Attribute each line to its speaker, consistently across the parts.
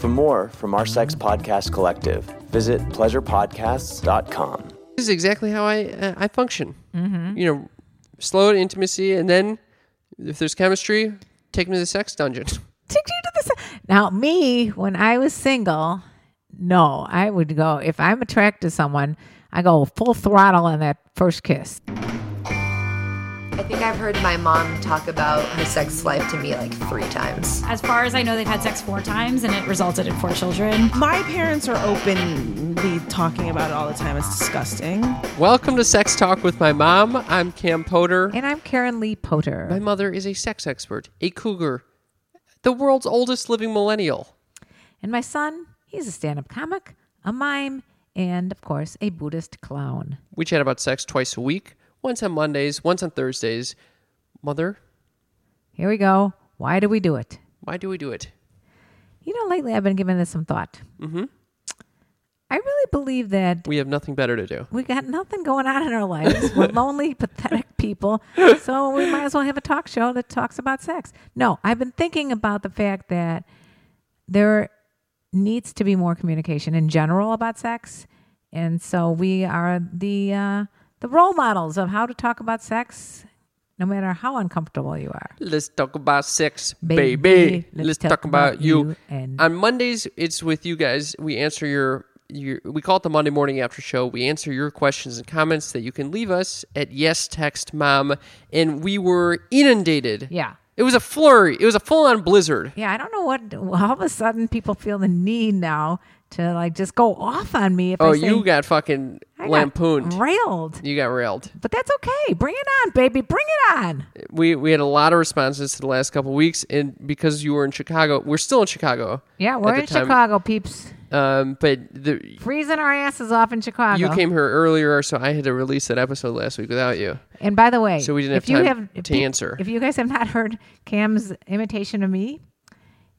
Speaker 1: For more from our Sex Podcast Collective, visit pleasurepodcasts.com.
Speaker 2: This is exactly how I uh, I function. You know, slow to intimacy, and then if there's chemistry, take me to the sex dungeon.
Speaker 3: Took you to the se- now me when I was single. No, I would go if I'm attracted to someone. I go full throttle on that first kiss.
Speaker 4: I think I've heard my mom talk about her sex life to me like three times.
Speaker 5: As far as I know, they've had sex four times and it resulted in four children.
Speaker 6: My parents are openly talking about it all the time. It's disgusting.
Speaker 2: Welcome to Sex Talk with my mom. I'm Cam Potter.
Speaker 3: And I'm Karen Lee
Speaker 2: My
Speaker 3: Potter.
Speaker 2: mother is a sex expert, a cougar, the world's oldest living millennial.
Speaker 3: And my son, he's a stand up comic, a mime, and of course, a Buddhist clown.
Speaker 2: We chat about sex twice a week, once on Mondays, once on Thursdays. Mother,
Speaker 3: Here we go. Why do we do it?
Speaker 2: why do we do it?
Speaker 3: You know, lately I've been giving this some thought. Mm-hmm. I really believe that
Speaker 2: We have nothing better to do.
Speaker 3: we got nothing going on in our lives. We're lonely, pathetic people. So we might as well have a talk show that talks about sex. No, I've been thinking about the fact that there needs to be more communication in general about sex, and so we are the uh, the role models of how to talk about sex, no matter how uncomfortable you are.
Speaker 2: Let's talk about sex, baby.
Speaker 3: Baby,
Speaker 2: Let's, talk, about, you. And on Mondays, it's with you guys. We answer your, your. We call it the Monday morning after show. We answer your questions and comments that you can leave us at yes text mom. And we were inundated.
Speaker 3: Yeah.
Speaker 2: It was a flurry. It was a full on blizzard.
Speaker 3: Yeah, I don't know what. All of a sudden, people feel the need now to like just go off on me. If
Speaker 2: Oh,
Speaker 3: I say,
Speaker 2: you got fucking
Speaker 3: I got
Speaker 2: lampooned.
Speaker 3: railed.
Speaker 2: You got railed.
Speaker 3: But that's okay. Bring it on, baby. Bring it on.
Speaker 2: We we had a lot of responses to the last couple weeks, and because you were in Chicago, we're still in Chicago.
Speaker 3: Yeah,
Speaker 2: at
Speaker 3: we're
Speaker 2: the
Speaker 3: in
Speaker 2: time.
Speaker 3: Chicago, peeps.
Speaker 2: Um, but the
Speaker 3: Freezing our asses off in Chicago.
Speaker 2: You came here earlier, so I had to release that episode last week without you.
Speaker 3: and by the way,
Speaker 2: so we didn't
Speaker 3: if
Speaker 2: have
Speaker 3: you
Speaker 2: time
Speaker 3: have, if
Speaker 2: to
Speaker 3: you-
Speaker 2: answer.
Speaker 3: If you guys have not heard Cam's imitation of me,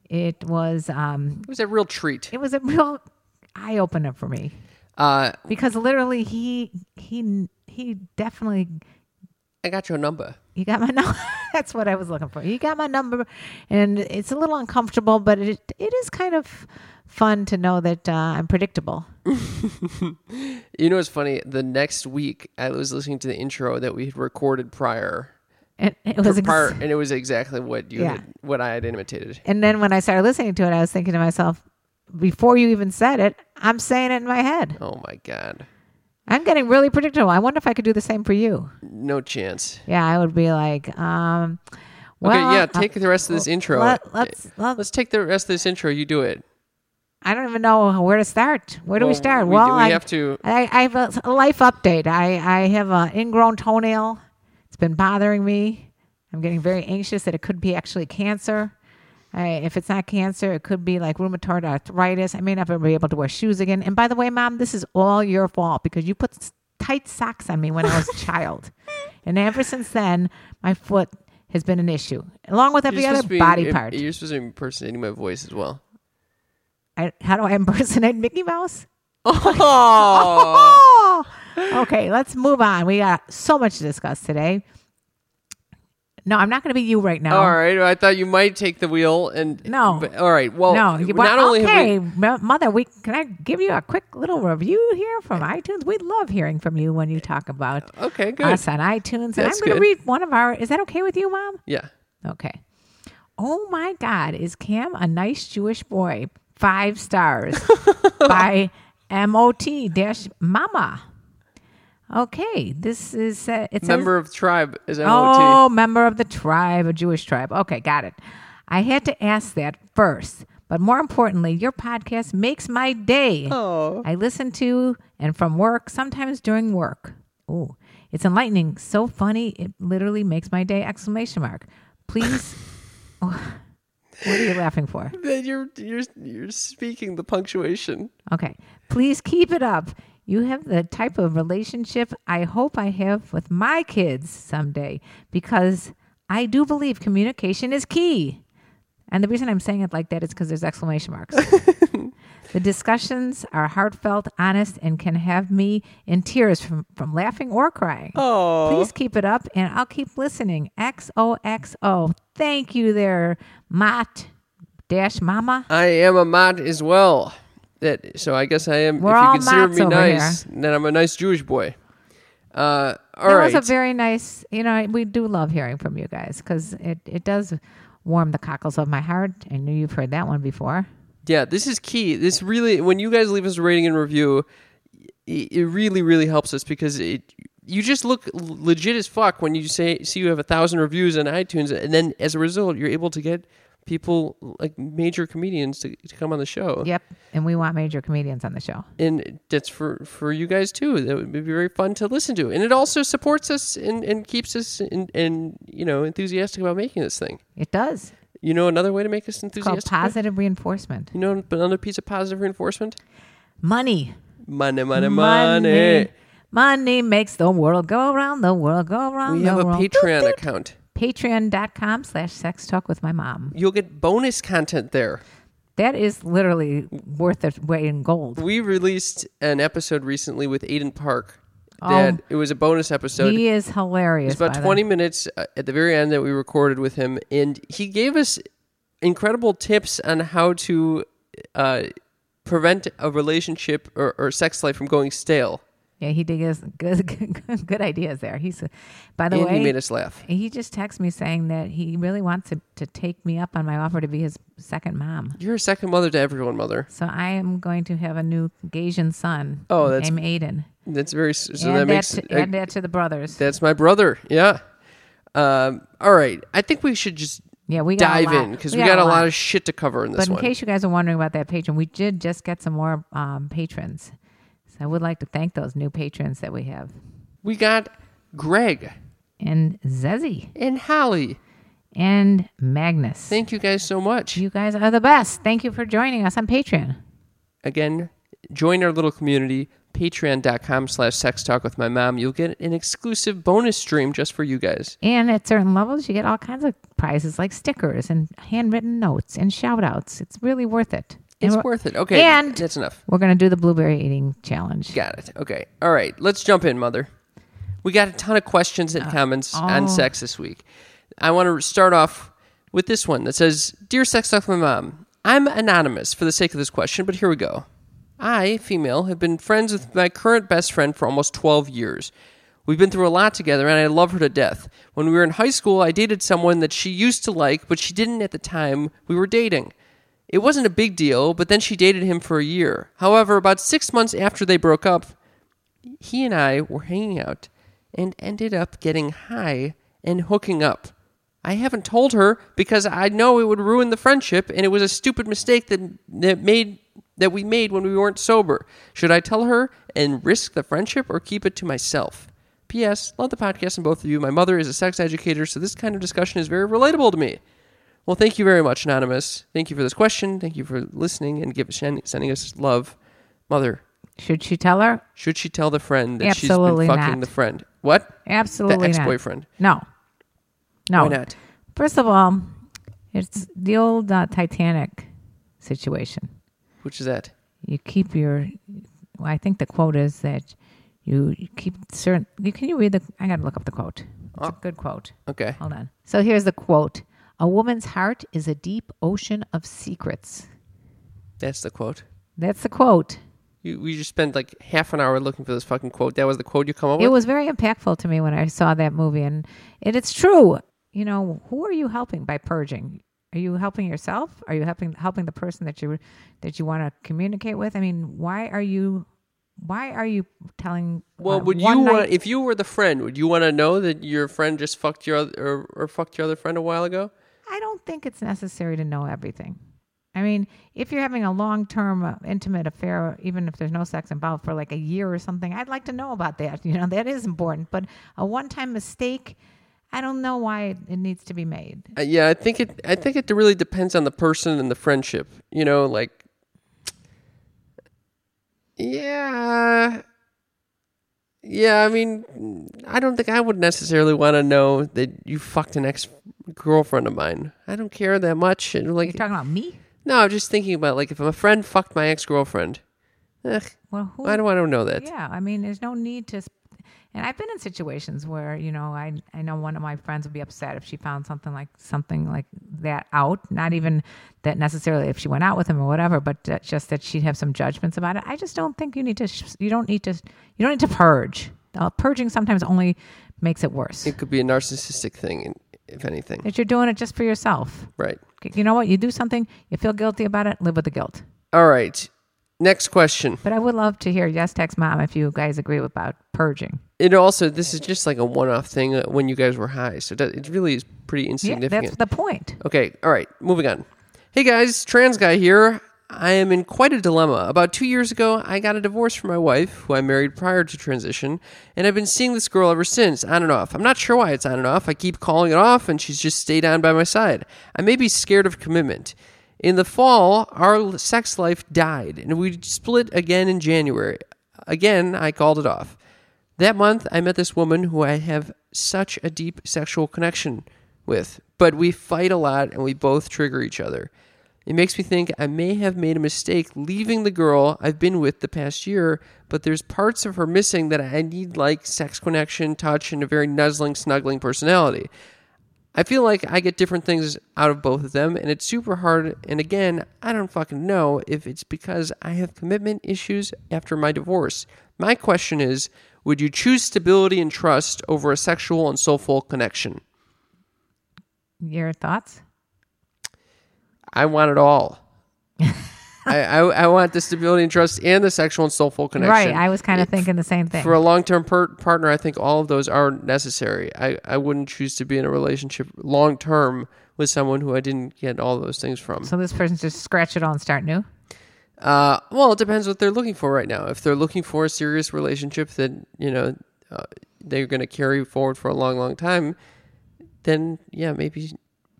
Speaker 3: it was um,
Speaker 2: It was a real treat.
Speaker 3: it was a real eye opener for me
Speaker 2: Uh,
Speaker 3: because literally he he he definitely
Speaker 2: I got your number.
Speaker 3: You got my number. That's what I was looking for. You got my number, and it's a little uncomfortable, but it it is kind of fun to know that uh, I'm predictable.
Speaker 2: You know what's funny? The next week, I was listening to the intro that we had recorded prior,
Speaker 3: And it was ex-
Speaker 2: prior and it was exactly what you
Speaker 3: Yeah.
Speaker 2: had, what I had imitated.
Speaker 3: and then when I started listening to it, I was thinking to myself, before you even said it, I'm saying it in my head.
Speaker 2: Oh my god,
Speaker 3: I'm getting really predictable. I wonder if I could do the same for you.
Speaker 2: no chance.
Speaker 3: Yeah, I would be like, um, well,
Speaker 2: okay, yeah,
Speaker 3: uh,
Speaker 2: take the rest of this intro.
Speaker 3: let- let's- let-
Speaker 2: Let's take the rest of this intro. You do it.
Speaker 3: I don't even know where to start. Where do we
Speaker 2: Well,
Speaker 3: start?
Speaker 2: we-
Speaker 3: well,
Speaker 2: we
Speaker 3: I,
Speaker 2: have to-
Speaker 3: I, I have a- a life update. I, I have an ingrown toenail. It's been bothering me. I'm getting very anxious that it could be actually cancer. I, if it's not cancer, it could be like rheumatoid arthritis. I may not be able to wear shoes again. And by the way, mom, this is all your fault because you put s- tight socks on me when I was a child, and ever since then, my foot has been an issue, along with every
Speaker 2: You're
Speaker 3: other
Speaker 2: supposed to be-
Speaker 3: body
Speaker 2: im-
Speaker 3: part.
Speaker 2: You're supposed to be impersonating my voice as well.
Speaker 3: I, how do I impersonate Mickey Mouse?
Speaker 2: Oh,
Speaker 3: Oh. Okay, let's move on. We got so much to discuss today. No, I'm not going to be you right now.
Speaker 2: all right. I thought you might take the wheel and
Speaker 3: No.
Speaker 2: but- all right. Well,
Speaker 3: no, you- but
Speaker 2: not only have we,
Speaker 3: okay, mo- mother. We can I give you a quick little review here from iTunes. We love hearing from you when you talk about
Speaker 2: Okay, good.
Speaker 3: us on iTunes. And
Speaker 2: That's
Speaker 3: I'm going
Speaker 2: good.
Speaker 3: to read one of our. Is that okay with you, mom?
Speaker 2: Yeah.
Speaker 3: Okay. Oh my God, is Cam a nice Jewish boy? Five stars by MOT dash Mama. Okay, this is uh, it's
Speaker 2: Member of tribe is MOT.
Speaker 3: Oh, member of the tribe, a Jewish tribe. Okay, got it. I had to ask that first. But more importantly, your podcast makes my day. Oh. I listen to and from work, sometimes during work. Oh, it's enlightening. So funny. It literally makes my day. Exclamation mark. Please. oh, What are you laughing for?
Speaker 2: Then you're you're you're speaking the punctuation.
Speaker 3: Okay. Please keep it up. You have the type of relationship I hope I have with my kids someday because I do believe communication is key. And the reason I'm saying it like that is because there's exclamation marks. the discussions are heartfelt, honest, and can have me in tears from, from laughing or crying. Oh. Please keep it up and I'll keep listening. XOXO. Thank you there, Mott dash mama.
Speaker 2: I am a mod as well. That so I guess I am.
Speaker 3: We're
Speaker 2: if you
Speaker 3: all
Speaker 2: consider
Speaker 3: Mats
Speaker 2: me
Speaker 3: over
Speaker 2: nice, then I'm a nice Jewish boy. Uh, all
Speaker 3: That
Speaker 2: right.
Speaker 3: was a very nice, you know, we do love hearing from you guys because it, it does warm the cockles of my heart. I knew you've heard that one before.
Speaker 2: yeah, this is key. This really, when you guys leave us a rating and review, it, it really, really helps us because it. You just look l- legit as fuck when you say see you have a thousand reviews on iTunes, and then as a result, you're able to get people like major comedians to, to come on the show.
Speaker 3: Yep. And we want major comedians on the show.
Speaker 2: and that's for for you guys too that would be very fun to listen to and it also supports us and and keeps us and and you know enthusiastic about making this thing
Speaker 3: It does.
Speaker 2: you know another way to make us
Speaker 3: It's called
Speaker 2: enthusiastic
Speaker 3: positive reinforcement.
Speaker 2: you know another piece of positive reinforcement
Speaker 3: Money.
Speaker 2: money money money,
Speaker 3: Money makes the world go around, the world go around.
Speaker 2: we
Speaker 3: the
Speaker 2: have a
Speaker 3: world.
Speaker 2: patreon account
Speaker 3: Patreon.com slash sex talk with my mom.
Speaker 2: you'll get bonus content there
Speaker 3: That is literally worth its weight in gold.
Speaker 2: we released an episode recently with aiden park
Speaker 3: Oh.
Speaker 2: that it was a bonus episode
Speaker 3: He is hilarious.
Speaker 2: It's about
Speaker 3: by the-
Speaker 2: 20 minutes uh, at the very end that we recorded with him, and he gave us incredible tips on how to uh, prevent a relationship or, or sex life from going stale.
Speaker 3: Yeah, he did give us good, good, good ideas there. He's, by the
Speaker 2: and
Speaker 3: way,
Speaker 2: he made us laugh.
Speaker 3: he just texted me saying that he really wants to, to take me up on my offer to be his second mom.
Speaker 2: You're a second mother to everyone, mother.
Speaker 3: So I am going to have a new Gasian son.
Speaker 2: Oh, that's-
Speaker 3: named Aiden.
Speaker 2: That's very so
Speaker 3: add,
Speaker 2: that makes
Speaker 3: that to,
Speaker 2: uh,
Speaker 3: add that to the brothers.
Speaker 2: that's my brother. Yeah. Um, all right, I think we should just
Speaker 3: Yeah, we got a
Speaker 2: dive
Speaker 3: lot.
Speaker 2: in because we, got, a lot of shit to cover in this
Speaker 3: But in
Speaker 2: one.
Speaker 3: case you guys are wondering about that patron, we did just get some more um, patrons. So I would like to thank those new patrons that we have.
Speaker 2: we got Greg
Speaker 3: And Zezzy
Speaker 2: and Holly.
Speaker 3: and Magnus.
Speaker 2: Thank you guys so much.
Speaker 3: you guys are the best. Thank you for joining us on Patreon.
Speaker 2: again join our little community patreon.com slash sex talk with my mom you'll get an exclusive bonus stream just for you guys
Speaker 3: And at certain levels, you get all kinds of prizes like stickers and handwritten notes and shout outs. It's really worth it.
Speaker 2: it's
Speaker 3: And we're-
Speaker 2: worth it okay
Speaker 3: and-
Speaker 2: that's enough
Speaker 3: We're going to do the blueberry eating challenge.
Speaker 2: got it okay all right let's jump in mother we got a ton of questions and comments on sex this week i want to start off with this one that says dear sex talk with my mom i'm anonymous for the sake of this question but here we go I, female, have been friends with my current best friend for almost 12 years. We've been through a lot together, and I love her to death. When we were in high school, I dated someone that she used to like, but she didn't at the time we were dating. It wasn't a big deal, but then she dated him for a year. However, about six months after they broke up, he and I were hanging out and ended up getting high and hooking up. I haven't told her because I know it would ruin the friendship and it was a stupid mistake that that made that we made when we weren't sober. Should I tell her and risk the friendship or keep it to myself? P.S. Love the podcast and both of you. My mother is a sex educator, so this kind of discussion is very relatable to me. Well, thank you very much, Anonymous. Thank you for this question. Thank you for listening and give, sending us love. Mother,
Speaker 3: Should she tell her?
Speaker 2: should she tell the friend that
Speaker 3: Absolutely
Speaker 2: she's been fucking
Speaker 3: not.
Speaker 2: the friend? What?
Speaker 3: Absolutely
Speaker 2: The
Speaker 3: not.
Speaker 2: ex-boyfriend.
Speaker 3: No. No.
Speaker 2: Why not?
Speaker 3: First of all, it's the old uh, Titanic situation.
Speaker 2: Which is that?
Speaker 3: You keep your. Well, I think the quote is that you you keep certain. You, can you read the? I got to look up the quote.
Speaker 2: Ah.
Speaker 3: It's a good quote.
Speaker 2: Okay.
Speaker 3: Hold on. So here's the quote A woman's heart is a deep ocean of secrets.
Speaker 2: That's the quote.
Speaker 3: That's the quote.
Speaker 2: You, we just spent like half an hour looking for this fucking quote. That was the quote you come up
Speaker 3: It
Speaker 2: with?
Speaker 3: was very impactful to me when I saw that movie, and it, it's true. You know, who are you helping by purging? Are you helping yourself? Are you helping helping the person that you that you want to communicate with? I mean, why are you why are you telling?
Speaker 2: well,
Speaker 3: uh,
Speaker 2: would you
Speaker 3: one night-
Speaker 2: want, if you were the friend, would you want to know that your friend just fucked your other, or, or fucked your other friend a while ago?
Speaker 3: I don't think it's necessary to know everything. I mean, if you're having a long term uh, intimate affair, even if there's no sex involved for like a year or something, I'd like to know about that. You know, that is important. But a one time mistake, I don't know why it, it needs to be made.
Speaker 2: Uh, yeah, I think it. I think it really depends on the person and the friendship. You know, like, yeah, yeah. I mean, I don't think I would necessarily want to know that you fucked an ex girlfriend of mine. I don't care that much. And
Speaker 3: You're
Speaker 2: like,
Speaker 3: talking about me?
Speaker 2: no, I'm just thinking about like if a friend fucked my ex girlfriend. Ugh,
Speaker 3: Well, who?
Speaker 2: I don't. I don't know that.
Speaker 3: Yeah, I mean, there's no need to. sp- And I've been in situations where you know, I I know one of my friends would be upset if she found something like something like that out. Not even that necessarily if she went out with him or whatever, but that- just that she'd have some judgments about it. I just don't think you need to. sh- You don't need to. You don't need to purge. Uh, purging sometimes only makes it worse.
Speaker 2: It could be a narcissistic thing, if anything.
Speaker 3: that you're doing it just for yourself.
Speaker 2: Right.
Speaker 3: You know what? You do something, you feel guilty about it, live with the guilt.
Speaker 2: All right. Next question.
Speaker 3: But I would love to hear yes, text mom, if you guys agree about purging.
Speaker 2: It also this is just like a one-off thing uh, when you guys were high, so that, it really is pretty
Speaker 3: Yeah,
Speaker 2: insignificant.
Speaker 3: that's the point.
Speaker 2: Okay, all right, moving on. Hey guys, trans guy here. I am in quite a dilemma. About two years ago, I got a divorce from my wife, who I married prior to transition, and I've been seeing this girl ever since, on and off. I'm not sure why it's on and off. I keep calling it off, and she's just stayed on by my side. I may be scared of commitment. In the fall, our l- sex life died, and we split again in January. Again, I called it off. That month, I met this woman who I have such a deep sexual connection with, but we fight a lot and we both trigger each other. It makes me think I may have made a mistake leaving the girl I've been with the past year, but there's parts of her missing that I need, like sex connection, touch, and a very nuzzling, snuggling personality. I feel like I get different things out of both of them, and it's super hard. And again, I don't fucking know if it's because I have commitment issues after my divorce. My question is would you choose stability and trust over a sexual and soulful connection?
Speaker 3: Your thoughts?
Speaker 2: I want it all. I, I, I want the stability and trust and the sexual and soulful connection.
Speaker 3: Right. I was kind of thinking the same thing.
Speaker 2: for a long-term per- partner, I think all of those are necessary. I, I wouldn't choose to be in a relationship long-term with someone who I didn't get all those things from.
Speaker 3: so this person's just scratch it all and start new.
Speaker 2: Uh, well, it depends what they're looking for right now. If they're looking for a serious relationship that you know uh, they're going to carry forward for a long, long time, then yeah, maybe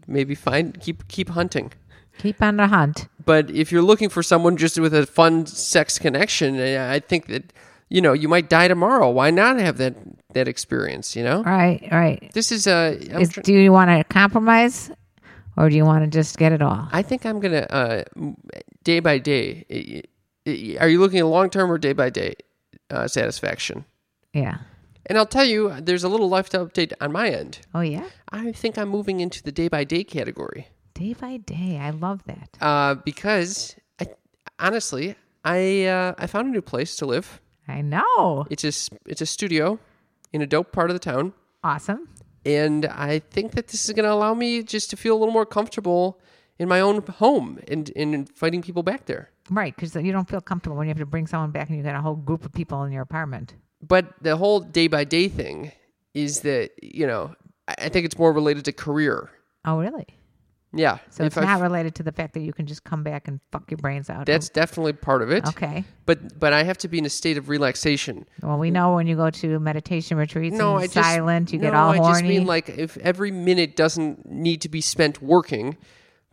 Speaker 2: maybe find keep keep hunting.
Speaker 3: Keep on the hunt.
Speaker 2: But if you're looking for someone just with a fun sex connection, eh, I I think that you know you might die tomorrow. Why not have that that experience? You know,
Speaker 3: Right. Right.
Speaker 2: this is a. I'm
Speaker 3: Is,
Speaker 2: tr-
Speaker 3: do you want to compromise or do you want to just get it all?
Speaker 2: I think I'm gonna uh, m- day by day. i- i- Are you looking at long term or day by day uh, satisfaction?
Speaker 3: Yeah.
Speaker 2: And I'll tell you, there's a little life update on my end.
Speaker 3: Oh, yeah.
Speaker 2: I think I'm moving into the day by day category
Speaker 3: Day by day. I love that.
Speaker 2: uh, because, I, honestly, I uh, I found a new place to live.
Speaker 3: I know.
Speaker 2: It's a s- it's a studio in a dope part of the town,
Speaker 3: Awesome.
Speaker 2: and I think that this is going to allow me just to feel a little more comfortable in my own home and and inviting people back there.
Speaker 3: Right. Because you don't feel comfortable when you have to bring someone back and you got a whole group of people in your apartment.
Speaker 2: but the whole day by day thing is that you know I- I think it's more related to career.
Speaker 3: Oh, really?
Speaker 2: Yeah,
Speaker 3: So
Speaker 2: If
Speaker 3: it's
Speaker 2: I-
Speaker 3: not related to the fact that you can just come back and fuck your brains out.
Speaker 2: that's definitely part of it.
Speaker 3: okay.
Speaker 2: but but I have to be in a state of relaxation.
Speaker 3: Well, we know when you go to meditation retreats
Speaker 2: No,
Speaker 3: and
Speaker 2: I just
Speaker 3: silent, you get
Speaker 2: no,
Speaker 3: all
Speaker 2: I
Speaker 3: horny.
Speaker 2: just mean like if every minute doesn't need to be spent working,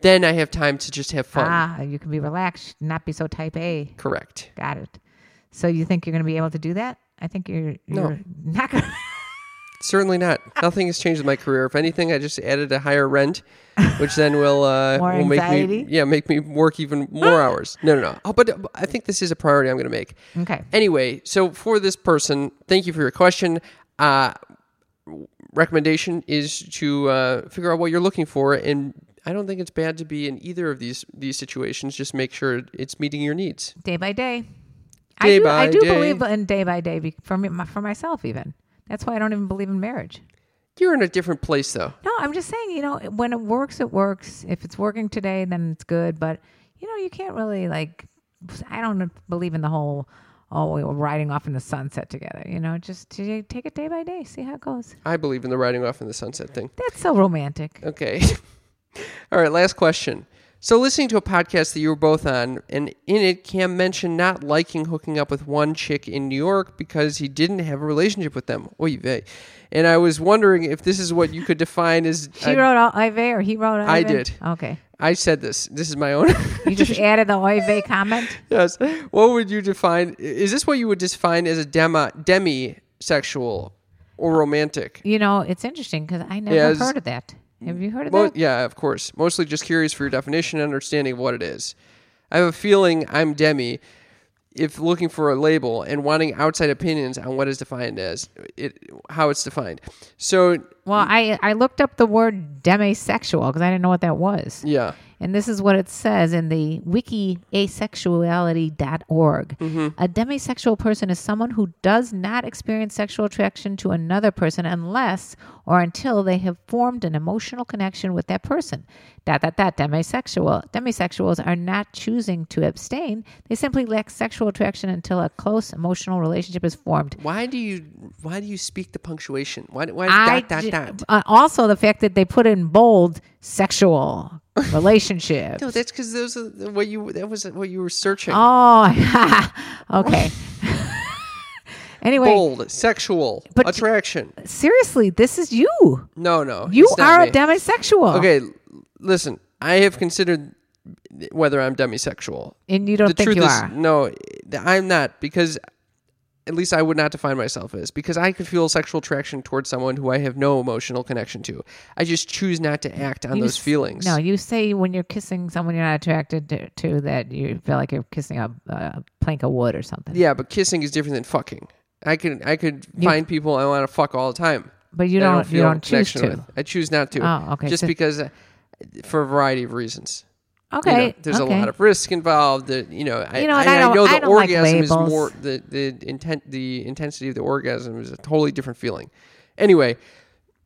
Speaker 2: then I have time to just have fun.
Speaker 3: ah, you can be relaxed, not be so type A.
Speaker 2: Correct.
Speaker 3: Got it. So you think you're going to be able to do that? I think you're,
Speaker 2: No.
Speaker 3: you're not going to.
Speaker 2: Certainly not. Nothing has changed in my career. If anything, I just added a higher rent, which then will uh,
Speaker 3: More
Speaker 2: will make me
Speaker 3: anxiety?
Speaker 2: yeah make me work even more hours. No, no, no. Oh, but uh, I think this is a priority I'm going to make.
Speaker 3: Okay.
Speaker 2: Anyway, so for this person, thank you for your question. Uh, recommendation is to uh, figure out what you're looking for, and I don't think it's bad to be in either of these these situations. Just make sure it's meeting your needs.
Speaker 3: Day by day.
Speaker 2: Day
Speaker 3: I do,
Speaker 2: by
Speaker 3: I do
Speaker 2: day.
Speaker 3: believe in day by day be- for, me, my, for myself, even. That's why I don't even believe in marriage.
Speaker 2: You're in a different place, though.
Speaker 3: No, I'm just saying, you know, when it works, it works. If it's working today, then it's good. But, you know, you can't really, like, I don't believe in the whole, oh, we were riding off in the sunset together. You know, just t- take it day by day, see how it goes.
Speaker 2: I believe in the riding off in the sunset thing.
Speaker 3: That's so romantic.
Speaker 2: Okay. All right, last question. So, listening to a podcast that you were both on, and in it, Cam mentioned not liking hooking up with one chick in New York because he didn't have a relationship with them. Oy vey. And I was wondering if this is what you could define as.
Speaker 3: She
Speaker 2: I-
Speaker 3: wrote all Oive or he wrote Oive?
Speaker 2: I did.
Speaker 3: Okay.
Speaker 2: I said this. This is my own.
Speaker 3: You just added the Oive comment?
Speaker 2: yes. What would you define? Is this what you would define as a demi demisexual or romantic?
Speaker 3: You know, it's interesting because I never
Speaker 2: Yes.
Speaker 3: heard of that. Have you heard of
Speaker 2: Mo-
Speaker 3: that?
Speaker 2: yeah, of course. Mostly just curious for your definition and understanding of what it is. I have a feeling I'm demi if looking for a label and wanting outside opinions on what is defined as it how it's defined. So,
Speaker 3: Well, I, I looked up the word demisexual because I didn't know what that was.
Speaker 2: yeah.
Speaker 3: And this is what it says in the wiki asexuality.org.
Speaker 2: Mm-hmm.
Speaker 3: A demisexual person is someone who does not experience sexual attraction to another person unless or until they have formed an emotional connection with that person. Dot, dot, dot, demisexual. Demisexuals are not choosing to abstain. They simply lack sexual attraction until a close emotional relationship is formed.
Speaker 2: Why do you why do you speak the punctuation? Why why
Speaker 3: I
Speaker 2: dot dot
Speaker 3: ju-
Speaker 2: dot?
Speaker 3: uh, also, the fact that they put in bold sexual relationship.
Speaker 2: No, that's because those are what you that was what you were searching.
Speaker 3: Oh, okay. anyway,
Speaker 2: Bold, sexual,
Speaker 3: But-
Speaker 2: attraction.
Speaker 3: seriously, this is you.
Speaker 2: No, no,
Speaker 3: You
Speaker 2: it's not
Speaker 3: are
Speaker 2: me.
Speaker 3: a demisexual.
Speaker 2: Okay, l- listen. I have considered whether I'm demisexual.
Speaker 3: And you don't
Speaker 2: the
Speaker 3: think
Speaker 2: truth
Speaker 3: you
Speaker 2: is,
Speaker 3: are.
Speaker 2: no, th- I'm not because at least I would not define myself as because I could feel sexual attraction towards someone who I have no emotional connection to. I just choose not to act on
Speaker 3: You
Speaker 2: those
Speaker 3: s-
Speaker 2: feelings.
Speaker 3: No, you say when you're kissing someone you're not attracted to, to that you feel like you're kissing a, a plank of wood or something.
Speaker 2: yeah, but kissing is different than fucking. I can I could find people I want to fuck all the time.
Speaker 3: But you
Speaker 2: that I
Speaker 3: don't- you
Speaker 2: feel
Speaker 3: don't choose
Speaker 2: connection
Speaker 3: to.
Speaker 2: with. I choose not to.
Speaker 3: Oh, okay,
Speaker 2: Just
Speaker 3: so-
Speaker 2: because, uh, for a variety of reasons. you know,
Speaker 3: Okay.
Speaker 2: there's
Speaker 3: okay.
Speaker 2: a lot of risk involved. That you know, I,
Speaker 3: You know, and
Speaker 2: I,
Speaker 3: I
Speaker 2: I
Speaker 3: don't-
Speaker 2: know the
Speaker 3: I don't like
Speaker 2: orgasm is
Speaker 3: labels.
Speaker 2: more the the intent the intensity of the orgasm is a totally different feeling. Anyway,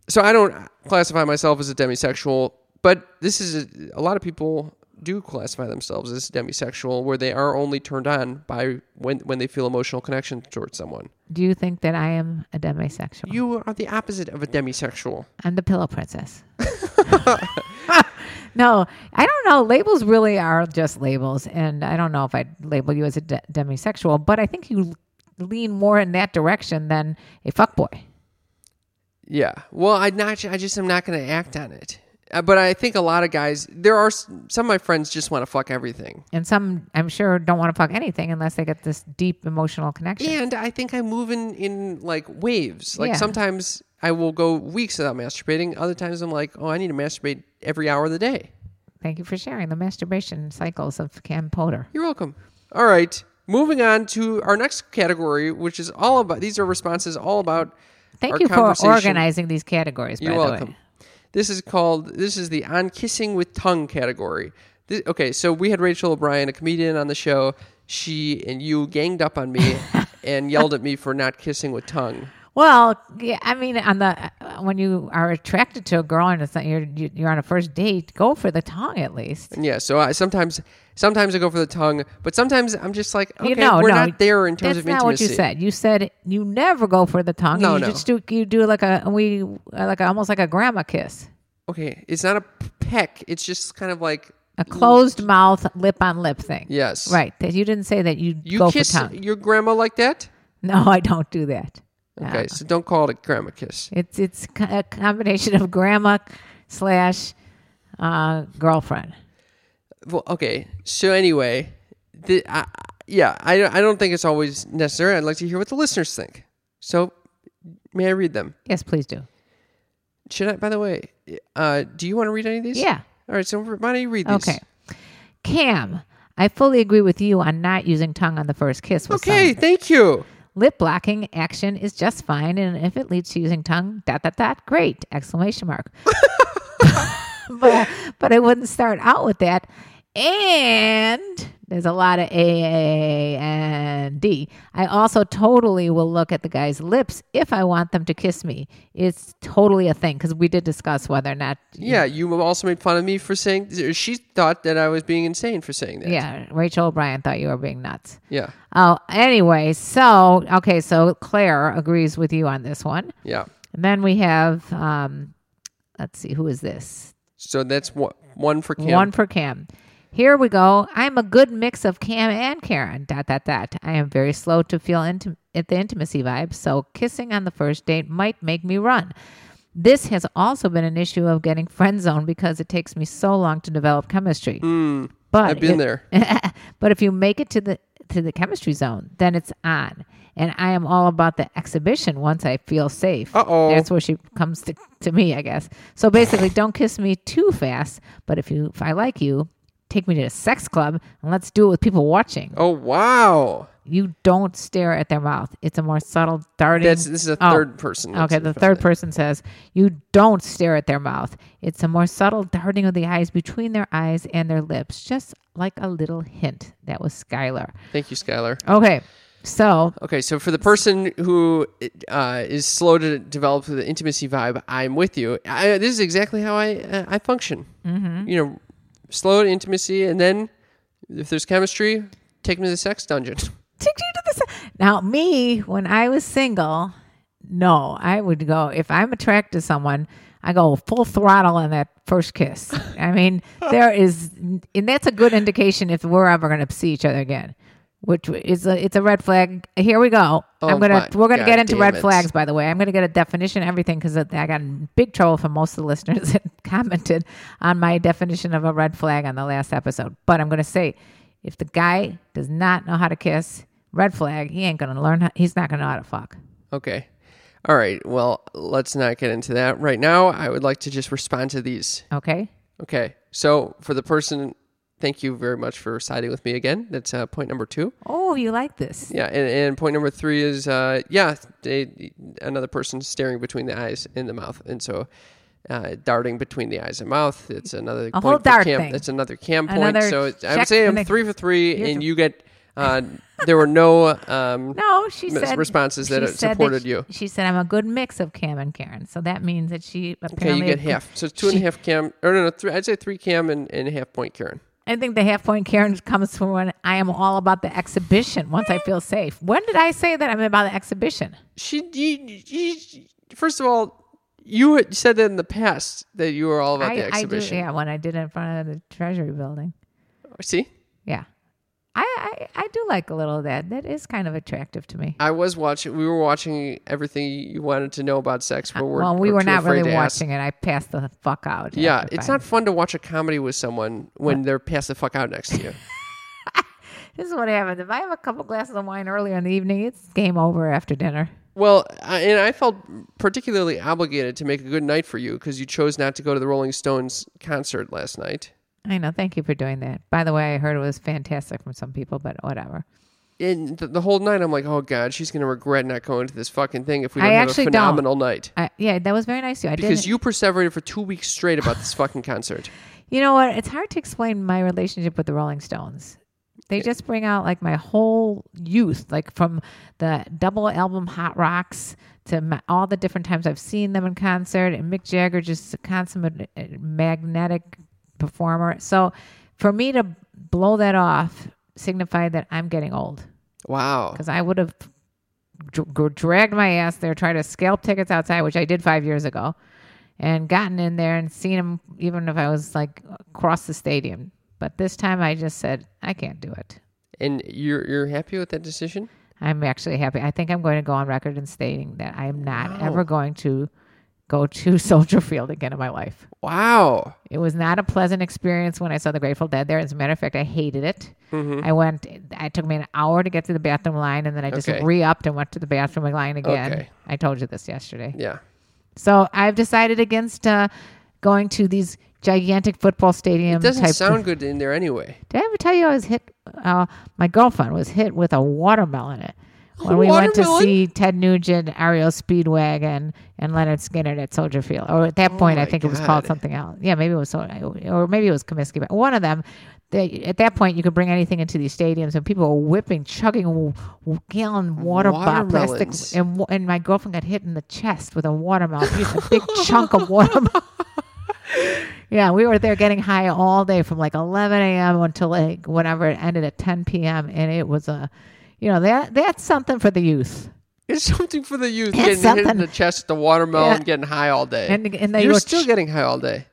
Speaker 2: so I don't classify myself as a demisexual, but this is a, a lot of people do classify themselves as demisexual, where they are only turned on by when when they feel emotional connection towards someone.
Speaker 3: Do you think that I am a demisexual?
Speaker 2: You are the opposite of a demisexual.
Speaker 3: I'm the pillow princess. no, I don't know. Labels really are just labels, and I don't know if I'd label you as a de- demisexual, but I think you lean more in that direction than a fuckboy.
Speaker 2: Yeah. Well, I not. I just am not going to act on it. Uh, but I think a lot of guys. There are s- some of my friends just want to fuck everything,
Speaker 3: And some, I'm sure, don't want to fuck anything unless they get this deep emotional connection.
Speaker 2: and I think I move in in like waves. Like
Speaker 3: Yeah.
Speaker 2: sometimes I will go weeks without masturbating. Other times I'm like, oh, I need to masturbate every hour of the day.
Speaker 3: Thank you for sharing the masturbation cycles of Cam Potter.
Speaker 2: You're welcome. All right. Moving on to our next category, which is all about. These are responses all about.
Speaker 3: Thank
Speaker 2: our
Speaker 3: you for
Speaker 2: conversation-
Speaker 3: organizing these categories. By
Speaker 2: You're
Speaker 3: the
Speaker 2: welcome.
Speaker 3: Way.
Speaker 2: This is called this is the on kissing with tongue category. Thi- okay, so we had Rachel O'Brien, a comedian, on the show. She and you ganged up on me and yelled at me for not kissing with tongue.
Speaker 3: Well, yeah, I mean, on the uh, when you are attracted to a girl and it's not, you're you- you're on a first date, go for the tongue at least.
Speaker 2: And yeah, so I sometimes sometimes I go for the tongue, but sometimes I'm just like, okay,
Speaker 3: you know,
Speaker 2: we're
Speaker 3: no,
Speaker 2: not there in terms of
Speaker 3: that's not what
Speaker 2: intimacy.
Speaker 3: you said. You said you never go for the tongue.
Speaker 2: No,
Speaker 3: you
Speaker 2: no.
Speaker 3: just do you do like a we uh, like a, almost like a grandma kiss,
Speaker 2: Okay, it's not a peck. It's just kind of like
Speaker 3: a closed mouth, lip on lip thing.
Speaker 2: Mm. Yes.
Speaker 3: right. That you didn't say that you,
Speaker 2: you
Speaker 3: go
Speaker 2: kiss
Speaker 3: for tongue.
Speaker 2: your grandma like that.
Speaker 3: No, I don't do that. No.
Speaker 2: Okay, so don't call it a grandma kiss.
Speaker 3: It's it's co- a combination of grandma slash uh, girlfriend.
Speaker 2: Well, okay. So anyway, the I yeah, I don't- I don't think it's always necessary. I'd like to hear what the listeners think. So may I read them?
Speaker 3: Yes, please do.
Speaker 2: Should I? By the way, uh, do you want to read any of these?
Speaker 3: Yeah.
Speaker 2: All right. So why don't you read these?
Speaker 3: Okay. Cam, I fully agree with you on not using tongue on the first kiss. With
Speaker 2: Okay.
Speaker 3: someone.
Speaker 2: Thank you.
Speaker 3: Lip blocking action is just fine, and if it leads to using tongue, dot dot dot, great! Exclamation mark. but but I wouldn't start out with that. And there's a lot of A A and D. I also totally will look at the guy's lips if I want them to kiss me. It's totally a thing because we did discuss whether or not.
Speaker 2: Yeah, you also made fun of me for saying she thought that I was being insane for saying that.
Speaker 3: Yeah, Rachel O'Brien thought you were being nuts.
Speaker 2: Yeah.
Speaker 3: Oh, anyway, so okay, so Claire agrees with you on this one.
Speaker 2: Yeah.
Speaker 3: And then we have, um, let's see, who is this?
Speaker 2: So that's what One for Kim.
Speaker 3: One for Cam. Here we go. I'm a good mix of Cam and Karen. Dot dot dot. I am very slow to feel intim- at the intimacy vibe, so kissing on the first date might make me run. This has also been an issue of getting friend zoned because it takes me so long to develop chemistry. but
Speaker 2: Hmm. I've been
Speaker 3: if-
Speaker 2: there.
Speaker 3: but if you make it to the to the chemistry zone, then it's on. And I am all about the exhibition once I feel safe.
Speaker 2: Uh-oh.
Speaker 3: That's where she comes to, to me, I guess. So basically, don't kiss me too fast, but if you if I like you, take me to a sex club and let's do it with people watching.
Speaker 2: Oh wow.
Speaker 3: You don't stare at their mouth. It's a more subtle darting.
Speaker 2: That's this is a
Speaker 3: Oh.
Speaker 2: third person.
Speaker 3: Okay, the third person says, You don't stare at their mouth. It's a more subtle darting of the eyes between their eyes and their lips, just like a little hint. That was Skylar.
Speaker 2: Thank you, Skylar.
Speaker 3: Okay, so
Speaker 2: Okay, so for the person who uh, is slow to develop the intimacy vibe, I'm with you. I, this is exactly how I uh, I function. Mm-hmm. You know, slow to intimacy, and then if there's chemistry, take me to the sex dungeon.
Speaker 3: took you to the se- now me when I was single. No, I would go if I'm attracted to someone. I go full throttle on that first kiss. I mean, there is, and that's a good indication if we're ever going to see each other again, which is a it's a red flag. Here we go.
Speaker 2: Oh
Speaker 3: I'm gonna
Speaker 2: my
Speaker 3: we're gonna get
Speaker 2: God
Speaker 3: into
Speaker 2: damn
Speaker 3: red
Speaker 2: it.
Speaker 3: flags. by the way. I'm going to get a definition, everything, because I got in big trouble from most of the listeners that commented on my definition of a red flag on the last episode. But I'm going to say if the guy does not know how to kiss, red flag, he ain't going to learn, how, he's not going to know how to fuck.
Speaker 2: Okay. All right. Well, let's not get into that right now. I would like to just respond to these.
Speaker 3: Okay?
Speaker 2: Okay. So for the person, thank you very much for siding with me again. That's uh, point number two.
Speaker 3: Oh, you like this.
Speaker 2: Yeah, and, and point number three is uh, yeah, they, another person staring between the eyes and the mouth, and so uh, darting between the eyes and mouth. It's another
Speaker 3: A
Speaker 2: point
Speaker 3: whole
Speaker 2: for
Speaker 3: dart
Speaker 2: Cam.
Speaker 3: thing.
Speaker 2: That's another cam point.
Speaker 3: Another
Speaker 2: so it's- I would
Speaker 3: check
Speaker 2: say I'm
Speaker 3: and a-
Speaker 2: three for three,
Speaker 3: You're
Speaker 2: and
Speaker 3: th-
Speaker 2: you get uh, there were no um,
Speaker 3: No, she
Speaker 2: Miss
Speaker 3: said
Speaker 2: responses that
Speaker 3: she
Speaker 2: it
Speaker 3: said
Speaker 2: supported
Speaker 3: she-
Speaker 2: you.
Speaker 3: She said I'm a good mix of Cam and Karen, so that means that she
Speaker 2: Okay,
Speaker 3: apparently
Speaker 2: you get half. So two and a half cam, or no, no, three, I'd say three cam and, and a half point Karen.
Speaker 3: I think the half point Karen comes from when I am all about the exhibition once I feel safe. When did I say that I'm about the exhibition?
Speaker 2: She, you, you, first of all, you had said that in the past that you were all about the exhibition.
Speaker 3: I do, yeah, when I did it in front of the Treasury building.
Speaker 2: See,
Speaker 3: Yeah. I, I, I do like a little of that. That is kind of attractive to me.
Speaker 2: I was watching. We were watching everything you wanted to know about sex, but we're,
Speaker 3: Uh, well, we
Speaker 2: we're
Speaker 3: were
Speaker 2: too
Speaker 3: not
Speaker 2: afraid
Speaker 3: really
Speaker 2: to ask.
Speaker 3: watching it. I passed the fuck out.
Speaker 2: Yeah,
Speaker 3: after
Speaker 2: it's
Speaker 3: five.
Speaker 2: not fun to watch a comedy with someone when they're passed the fuck out next to you.
Speaker 3: This is what happens. If I have a couple glasses of wine earlier in the evening, it's game over after dinner.
Speaker 2: well, I, and I felt particularly obligated to make a good night for you because you chose not to go to the Rolling Stones concert last night.
Speaker 3: I know. Thank you for doing that. By the way, I heard it was fantastic from some people, but whatever.
Speaker 2: And th- the whole night, I'm like, oh god, she's gonna regret not going to this fucking thing if we
Speaker 3: I
Speaker 2: don't have a
Speaker 3: actually don't.
Speaker 2: phenomenal night.
Speaker 3: I, yeah, that was very nice of you. I
Speaker 2: Because
Speaker 3: didn't,
Speaker 2: you perseverated for two weeks straight about this fucking concert.
Speaker 3: You know what? It's hard to explain my relationship with the Rolling Stones. They just bring out like my whole youth, like from the double album Hot Rocks to my, all the different times I've seen them in concert. And Mick Jagger just a consummate uh, magnetic performer. So for me to blow that off signified that I'm getting old
Speaker 2: Wow.
Speaker 3: because I would have dr- dr- dragged my ass there, tried to scalp tickets outside, which I did five years ago, and gotten in there and seen them, even if I was like across the stadium. But this time I just said, I can't do it.
Speaker 2: And you're you're happy with that decision?
Speaker 3: I'm actually happy. I think I'm going to go on record and stating that I am not ever going to go to Soldier Field again in my life.
Speaker 2: Wow.
Speaker 3: It was not a pleasant experience when I saw the Grateful Dead there. As a matter of fact, I hated it.
Speaker 2: Mm-hmm.
Speaker 3: I went. It took me an hour to get to the bathroom line, and then I just
Speaker 2: Okay.
Speaker 3: re-upped and went to the bathroom line again.
Speaker 2: Okay.
Speaker 3: I told you this yesterday.
Speaker 2: Yeah.
Speaker 3: So I've decided against uh, going to these gigantic football stadium.
Speaker 2: It doesn't
Speaker 3: type
Speaker 2: sound good in there anyway.
Speaker 3: Did I ever tell you I was hit? Uh, my girlfriend was hit with a watermelon. It when we went to
Speaker 2: watermelon?
Speaker 3: see Ted Nugent, Ariel Speedwagon, and Leonard Skinner at Soldier Field. Or at that point, I
Speaker 2: Oh my
Speaker 3: think it was called
Speaker 2: God.
Speaker 3: something else. Yeah, maybe it was Sol- or maybe it was Comiskey, but one of them. They, at that point, you could bring anything into these stadiums, and people were whipping, chugging w- w- gallon water bottle, plastic,
Speaker 2: Watermelons.
Speaker 3: and, wa- and my girlfriend got hit in the chest with a watermelon, just a big chunk of watermelon. Yeah, we were there getting high all day from like 11 a.m. until like whenever it ended at 10 p.m. And it was a, you know, that that's something for the youth.
Speaker 2: It's something for the youth.
Speaker 3: It's
Speaker 2: getting hit in
Speaker 3: something.
Speaker 2: the chest, with the watermelon,
Speaker 3: Yeah.
Speaker 2: getting high all day.
Speaker 3: And- and they
Speaker 2: Eh, you're
Speaker 3: were
Speaker 2: still
Speaker 3: ch-
Speaker 2: getting high all day.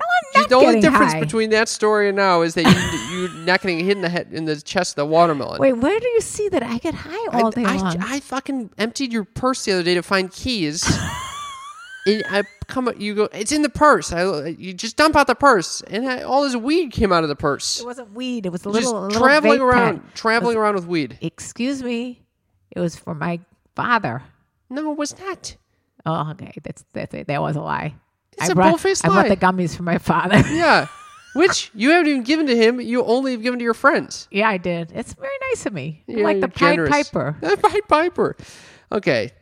Speaker 3: No, I'm not
Speaker 2: the only
Speaker 3: getting
Speaker 2: difference
Speaker 3: high.
Speaker 2: between that story and now is that you, you're not getting hit in the head in the chest with a watermelon.
Speaker 3: Wait, where do you see that I get high all
Speaker 2: I,
Speaker 3: day
Speaker 2: I-
Speaker 3: long?
Speaker 2: I fucking emptied your purse the other day to find keys. and I come, you go. It's in the purse. I you just dump out the purse, and I, all this weed came out of the purse.
Speaker 3: it wasn't weed. It was a
Speaker 2: Just
Speaker 3: little, a little
Speaker 2: traveling
Speaker 3: vape
Speaker 2: around,
Speaker 3: pen.
Speaker 2: traveling around with weed.
Speaker 3: Excuse me. It was for my father.
Speaker 2: No, it was not.
Speaker 3: Oh, okay. That's that's it. That was a lie.
Speaker 2: It's
Speaker 3: I
Speaker 2: a
Speaker 3: brought,
Speaker 2: bull-faced
Speaker 3: I
Speaker 2: lie.
Speaker 3: brought the gummies for my father.
Speaker 2: Yeah, which you haven't even given to him. You only have given to your friends.
Speaker 3: yeah, I did. It's very nice of me. I'm
Speaker 2: Yeah,
Speaker 3: like the
Speaker 2: you're
Speaker 3: Pied
Speaker 2: generous.
Speaker 3: Piper.
Speaker 2: The Pied Piper. Okay.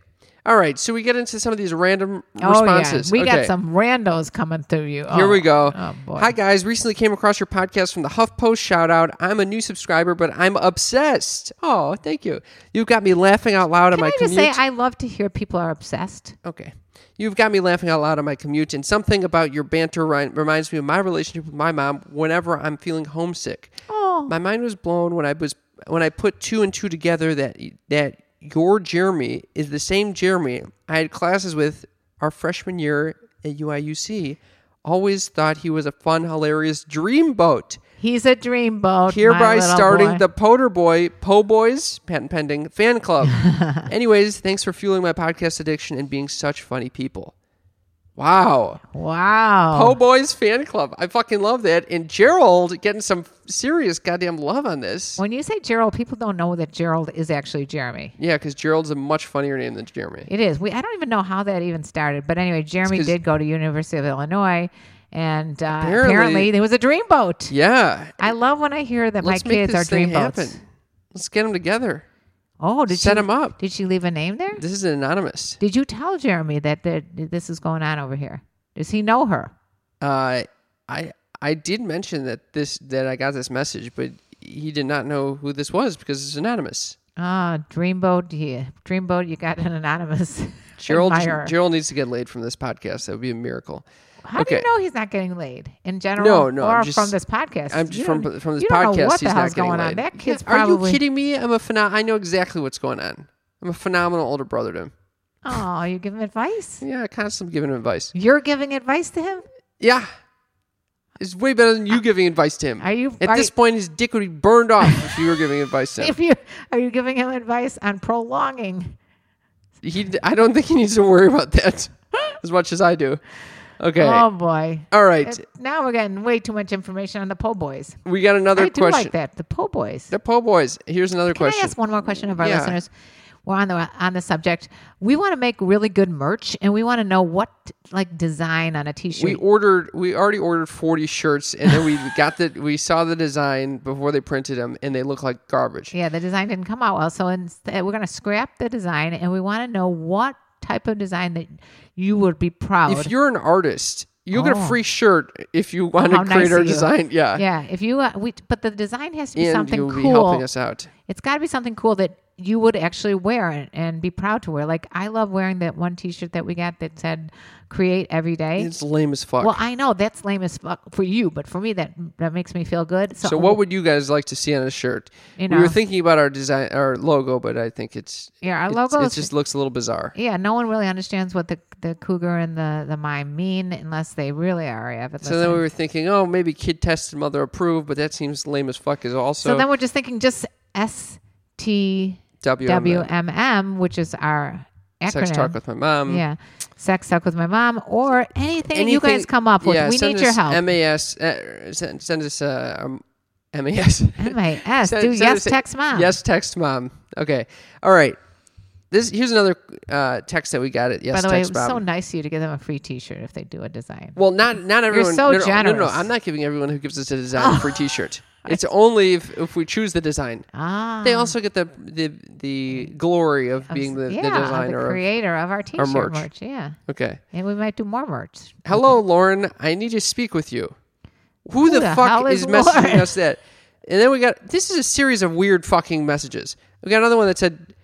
Speaker 2: All right. So we get into some of these random
Speaker 3: Oh
Speaker 2: responses.
Speaker 3: yeah, we
Speaker 2: Okay.
Speaker 3: got some randos coming through you.
Speaker 2: Here
Speaker 3: Oh,
Speaker 2: we go.
Speaker 3: Oh boy.
Speaker 2: Hi guys, recently came across your podcast from the HuffPost. Shout out! I'm a new subscriber, but I'm obsessed. Oh, thank you. You've got me laughing out loud on
Speaker 3: Can
Speaker 2: my
Speaker 3: I just
Speaker 2: commute.
Speaker 3: say I love to hear people are obsessed.
Speaker 2: okay, you've got me laughing out loud on my commute, and something about your banter ri- reminds me of my relationship with my mom. Whenever I'm feeling homesick, oh. my mind was blown when I was when I put two and two together that that your Jeremy is the same Jeremy I had classes with our freshman year at UIUC. Always thought he was a fun, hilarious dreamboat.
Speaker 3: He's a dreamboat. my
Speaker 2: Hereby
Speaker 3: little
Speaker 2: starting
Speaker 3: boy.
Speaker 2: the Potter Boy Po Boys patent pending fan club. Anyways, thanks for fueling my podcast addiction and being such funny people. Wow,
Speaker 3: wow.
Speaker 2: Po Boys fan club. I fucking love that. And Gerald getting some serious goddamn love on this.
Speaker 3: When you say Gerald, people don't know that Gerald is actually Jeremy.
Speaker 2: Yeah, because Gerald's a much funnier name than Jeremy.
Speaker 3: It is. We I don't even know how that even started, but anyway, Jeremy
Speaker 2: 'cause-
Speaker 3: did go to University of Illinois, and uh, apparently,
Speaker 2: Apparently-
Speaker 3: there was a dreamboat.
Speaker 2: Yeah,
Speaker 3: I love when I hear that
Speaker 2: let's
Speaker 3: my
Speaker 2: make
Speaker 3: kids
Speaker 2: this
Speaker 3: are
Speaker 2: thing
Speaker 3: dreamboats.
Speaker 2: happen. Let's get them together.
Speaker 3: Oh, did
Speaker 2: Set
Speaker 3: she,
Speaker 2: 'em up.
Speaker 3: Did she leave a name there?
Speaker 2: This is anonymous.
Speaker 3: Did you tell Jeremy that there, that this is going on over here? Does he know her?
Speaker 2: Uh, I I did mention that this that I got this message, but he did not know who this was because it's anonymous.
Speaker 3: Ah, Dreamboat, yeah. Dreamboat, you got an anonymous
Speaker 2: Gerald
Speaker 3: admirer.
Speaker 2: Gerald needs to get laid from this podcast. That would be a miracle.
Speaker 3: How
Speaker 2: okay.
Speaker 3: do you know he's not getting laid in general?
Speaker 2: No, no, I'm
Speaker 3: or
Speaker 2: just-
Speaker 3: from this podcast.
Speaker 2: I'm just
Speaker 3: You
Speaker 2: from
Speaker 3: don't-
Speaker 2: from this
Speaker 3: you
Speaker 2: podcast.
Speaker 3: Don't know
Speaker 2: he's
Speaker 3: what the
Speaker 2: not
Speaker 3: hell's
Speaker 2: getting
Speaker 3: going
Speaker 2: laid.
Speaker 3: on? That kid's
Speaker 2: Yeah,
Speaker 3: probably.
Speaker 2: Are you kidding me? I'm a phenom- I know exactly what's going on. I'm a phenomenal older brother to him.
Speaker 3: Oh, you give him advice.
Speaker 2: Yeah, I constantly giving him advice.
Speaker 3: You're giving advice to him.
Speaker 2: Yeah. It's way better than you giving advice to him.
Speaker 3: Are you-
Speaker 2: at
Speaker 3: are
Speaker 2: this
Speaker 3: you-
Speaker 2: point his dick would be burned off if you were giving advice to him.
Speaker 3: If you are you giving him advice on prolonging?
Speaker 2: He, I don't think he needs to worry about that as much as I do. Okay.
Speaker 3: Oh boy!
Speaker 2: All right.
Speaker 3: It- now we're getting way too much information on the po' boys.
Speaker 2: we got another
Speaker 3: I do
Speaker 2: question.
Speaker 3: like that. The po' boys.
Speaker 2: The po' boys. Here's another
Speaker 3: Can
Speaker 2: question.
Speaker 3: I ask one more question of our
Speaker 2: Yeah.
Speaker 3: listeners? We're on the on the subject. We want to make really good merch, and we want to know what like design on a T-shirt.
Speaker 2: we ordered. We already ordered 40 shirts, and then we got the. We saw the design before they printed them, and they look like garbage.
Speaker 3: yeah, the design didn't come out well, so instead we're going to scrap the design, and we want to know what type of design that you would be proud.
Speaker 2: If you're an artist, you'll get a free shirt if you want
Speaker 3: Oh. How
Speaker 2: to create
Speaker 3: nice
Speaker 2: our
Speaker 3: of you.
Speaker 2: design. Yeah.
Speaker 3: yeah, if you uh, we but the design has to be
Speaker 2: And
Speaker 3: something
Speaker 2: you'll
Speaker 3: cool.
Speaker 2: be helping us out.
Speaker 3: It's got to be something cool that you would actually wear and, and be proud to wear. Like I love wearing that one T-shirt that we got that said "Create Every Day."
Speaker 2: It's lame as fuck.
Speaker 3: Well, I know that's lame as fuck for you, but for me that that makes me feel good. So,
Speaker 2: so what would you guys like to see on a shirt?
Speaker 3: You
Speaker 2: we were
Speaker 3: know.
Speaker 2: thinking about our design, our logo, but I think it's
Speaker 3: Yeah, our
Speaker 2: it's-
Speaker 3: logo
Speaker 2: It
Speaker 3: is-
Speaker 2: just looks a little bizarre.
Speaker 3: Yeah, no one really understands what the the cougar and the the mime mean unless they really are avid
Speaker 2: So then we
Speaker 3: listeners.
Speaker 2: were thinking, oh, maybe kid tested, mother approved, but that seems lame as fuck. Is also
Speaker 3: so then we're just thinking just S T W
Speaker 2: WMM.
Speaker 3: M M, which is our acronym.
Speaker 2: Sex talk with my mom.
Speaker 3: yeah, sex talk with my mom, or anything, that you
Speaker 2: Anything-
Speaker 3: guys come up with.
Speaker 2: yeah,
Speaker 3: we
Speaker 2: send
Speaker 3: need your
Speaker 2: us
Speaker 3: help.
Speaker 2: MAS. Uh, send, send us uh, um, MAS.
Speaker 3: M-A-S.
Speaker 2: Send-
Speaker 3: Do
Speaker 2: send
Speaker 3: yes
Speaker 2: us a-
Speaker 3: text mom.
Speaker 2: Yes text mom. Okay. All right. This here's another uh, text that we got at yes
Speaker 3: By the way, it
Speaker 2: text
Speaker 3: was
Speaker 2: mom.
Speaker 3: so nice of you to give them a free T-shirt if they do a design.
Speaker 2: Well, not not everyone.
Speaker 3: so
Speaker 2: no, no, No, no,
Speaker 3: generous.
Speaker 2: I'm not giving everyone who gives us a design a free T-shirt. It's only if, if we choose the design.
Speaker 3: ah,
Speaker 2: They also get the the the glory of being the,
Speaker 3: yeah,
Speaker 2: the designer.
Speaker 3: the
Speaker 2: of-
Speaker 3: creator of our T-shirt
Speaker 2: merch.
Speaker 3: merch. Yeah.
Speaker 2: okay.
Speaker 3: And we might do more merch.
Speaker 2: Hello, Lauren. I need to speak with you. Who, the,
Speaker 3: the
Speaker 2: fuck
Speaker 3: hell
Speaker 2: is,
Speaker 3: is
Speaker 2: messaging
Speaker 3: Lauren?
Speaker 2: us that? And then we got this is a series of weird fucking messages. We got another one that said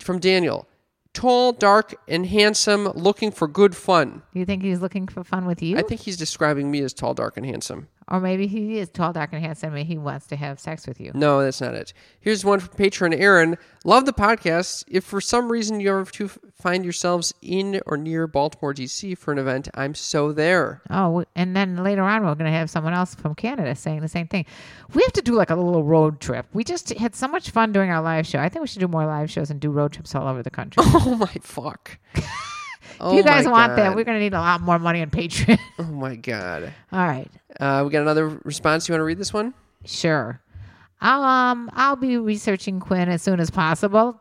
Speaker 2: from Daniel, tall, dark, and handsome, looking for good fun.
Speaker 3: Do you think he's looking for fun with you?
Speaker 2: I think he's describing me as tall, dark, and handsome.
Speaker 3: Or maybe he is tall, dark, and handsome, and he wants to have sex with you.
Speaker 2: No, that's not it. Here's one from patron Aaron. Love the podcast. If for some reason you ever to find yourselves in or near Baltimore, D.C. for an event, I'm so there.
Speaker 3: Oh, w- and then later on, we're going to have someone else from Canada saying the same thing. We have to do like a little road trip. We just had so much fun doing our live show. I think we should do more live shows and do road trips all over the country.
Speaker 2: Oh my fuck.
Speaker 3: if you guys want that, we're going to need a lot more money on Patreon.
Speaker 2: Oh my god.
Speaker 3: all right.
Speaker 2: Uh, we got another response. You want to read this one?
Speaker 3: Sure. I'll, um, I'll be researching Quinn as soon as possible.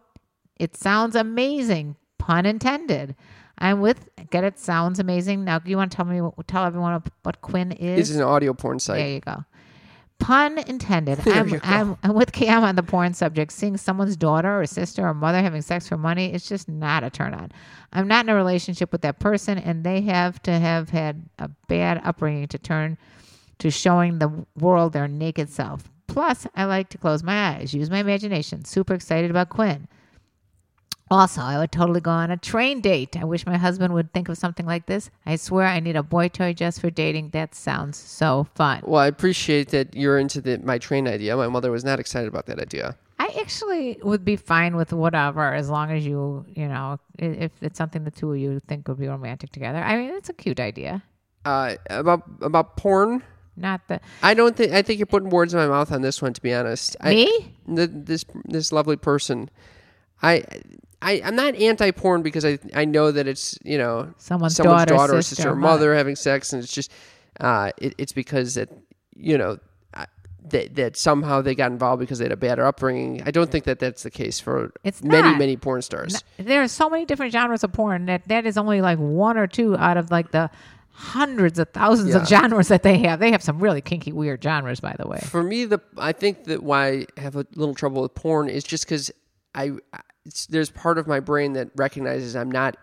Speaker 3: It sounds amazing, pun intended. I'm with. Get it? Sounds amazing. Now, you want to tell me? Tell everyone what Quinn
Speaker 2: This is an audio porn site.
Speaker 3: There you go. Pun intended. I'm,
Speaker 2: you go.
Speaker 3: I'm, I'm with Cam on the porn subject. Seeing someone's daughter or sister or mother having sex for money is just not a turn on. I'm not in a relationship with that person, and they have to have had a bad upbringing to turn to showing the world their naked self. Plus, I like to close my eyes, use my imagination. Super excited about Quinn. Also, I would totally go on a train date. I wish my husband would think of something like this. I swear I need a boy toy just for dating. That sounds so fun.
Speaker 2: Well, I appreciate that you're into the my train idea. My mother was not excited about that idea.
Speaker 3: I actually would be fine with whatever as long as you, you know, i- if it's something the two of you think would be romantic together. I mean, it's a cute idea.
Speaker 2: Uh, about about porn.
Speaker 3: Not the
Speaker 2: I don't think I think you're putting words in my mouth on this one. To be honest, I-
Speaker 3: Me?
Speaker 2: th- this this lovely person, I. I, I'm not anti-porn because I I know that it's you know
Speaker 3: Someone's daughter,
Speaker 2: or
Speaker 3: sister,
Speaker 2: sister or
Speaker 3: mother.
Speaker 2: mother having sex and it's just uh, it, it's because that you know I- that that somehow they got involved because they had a bad upbringing. I don't think that that's the case for
Speaker 3: It's
Speaker 2: many
Speaker 3: not.
Speaker 2: many porn stars.
Speaker 3: there are so many different genres of porn that that is only like one or two out of like the hundreds of thousands of
Speaker 2: Yeah.
Speaker 3: genres that they have. They have some really kinky, weird genres, by the way.
Speaker 2: for me the i think that why i have a little trouble with porn is just because i I- it's, there's part of my brain that recognizes i'm not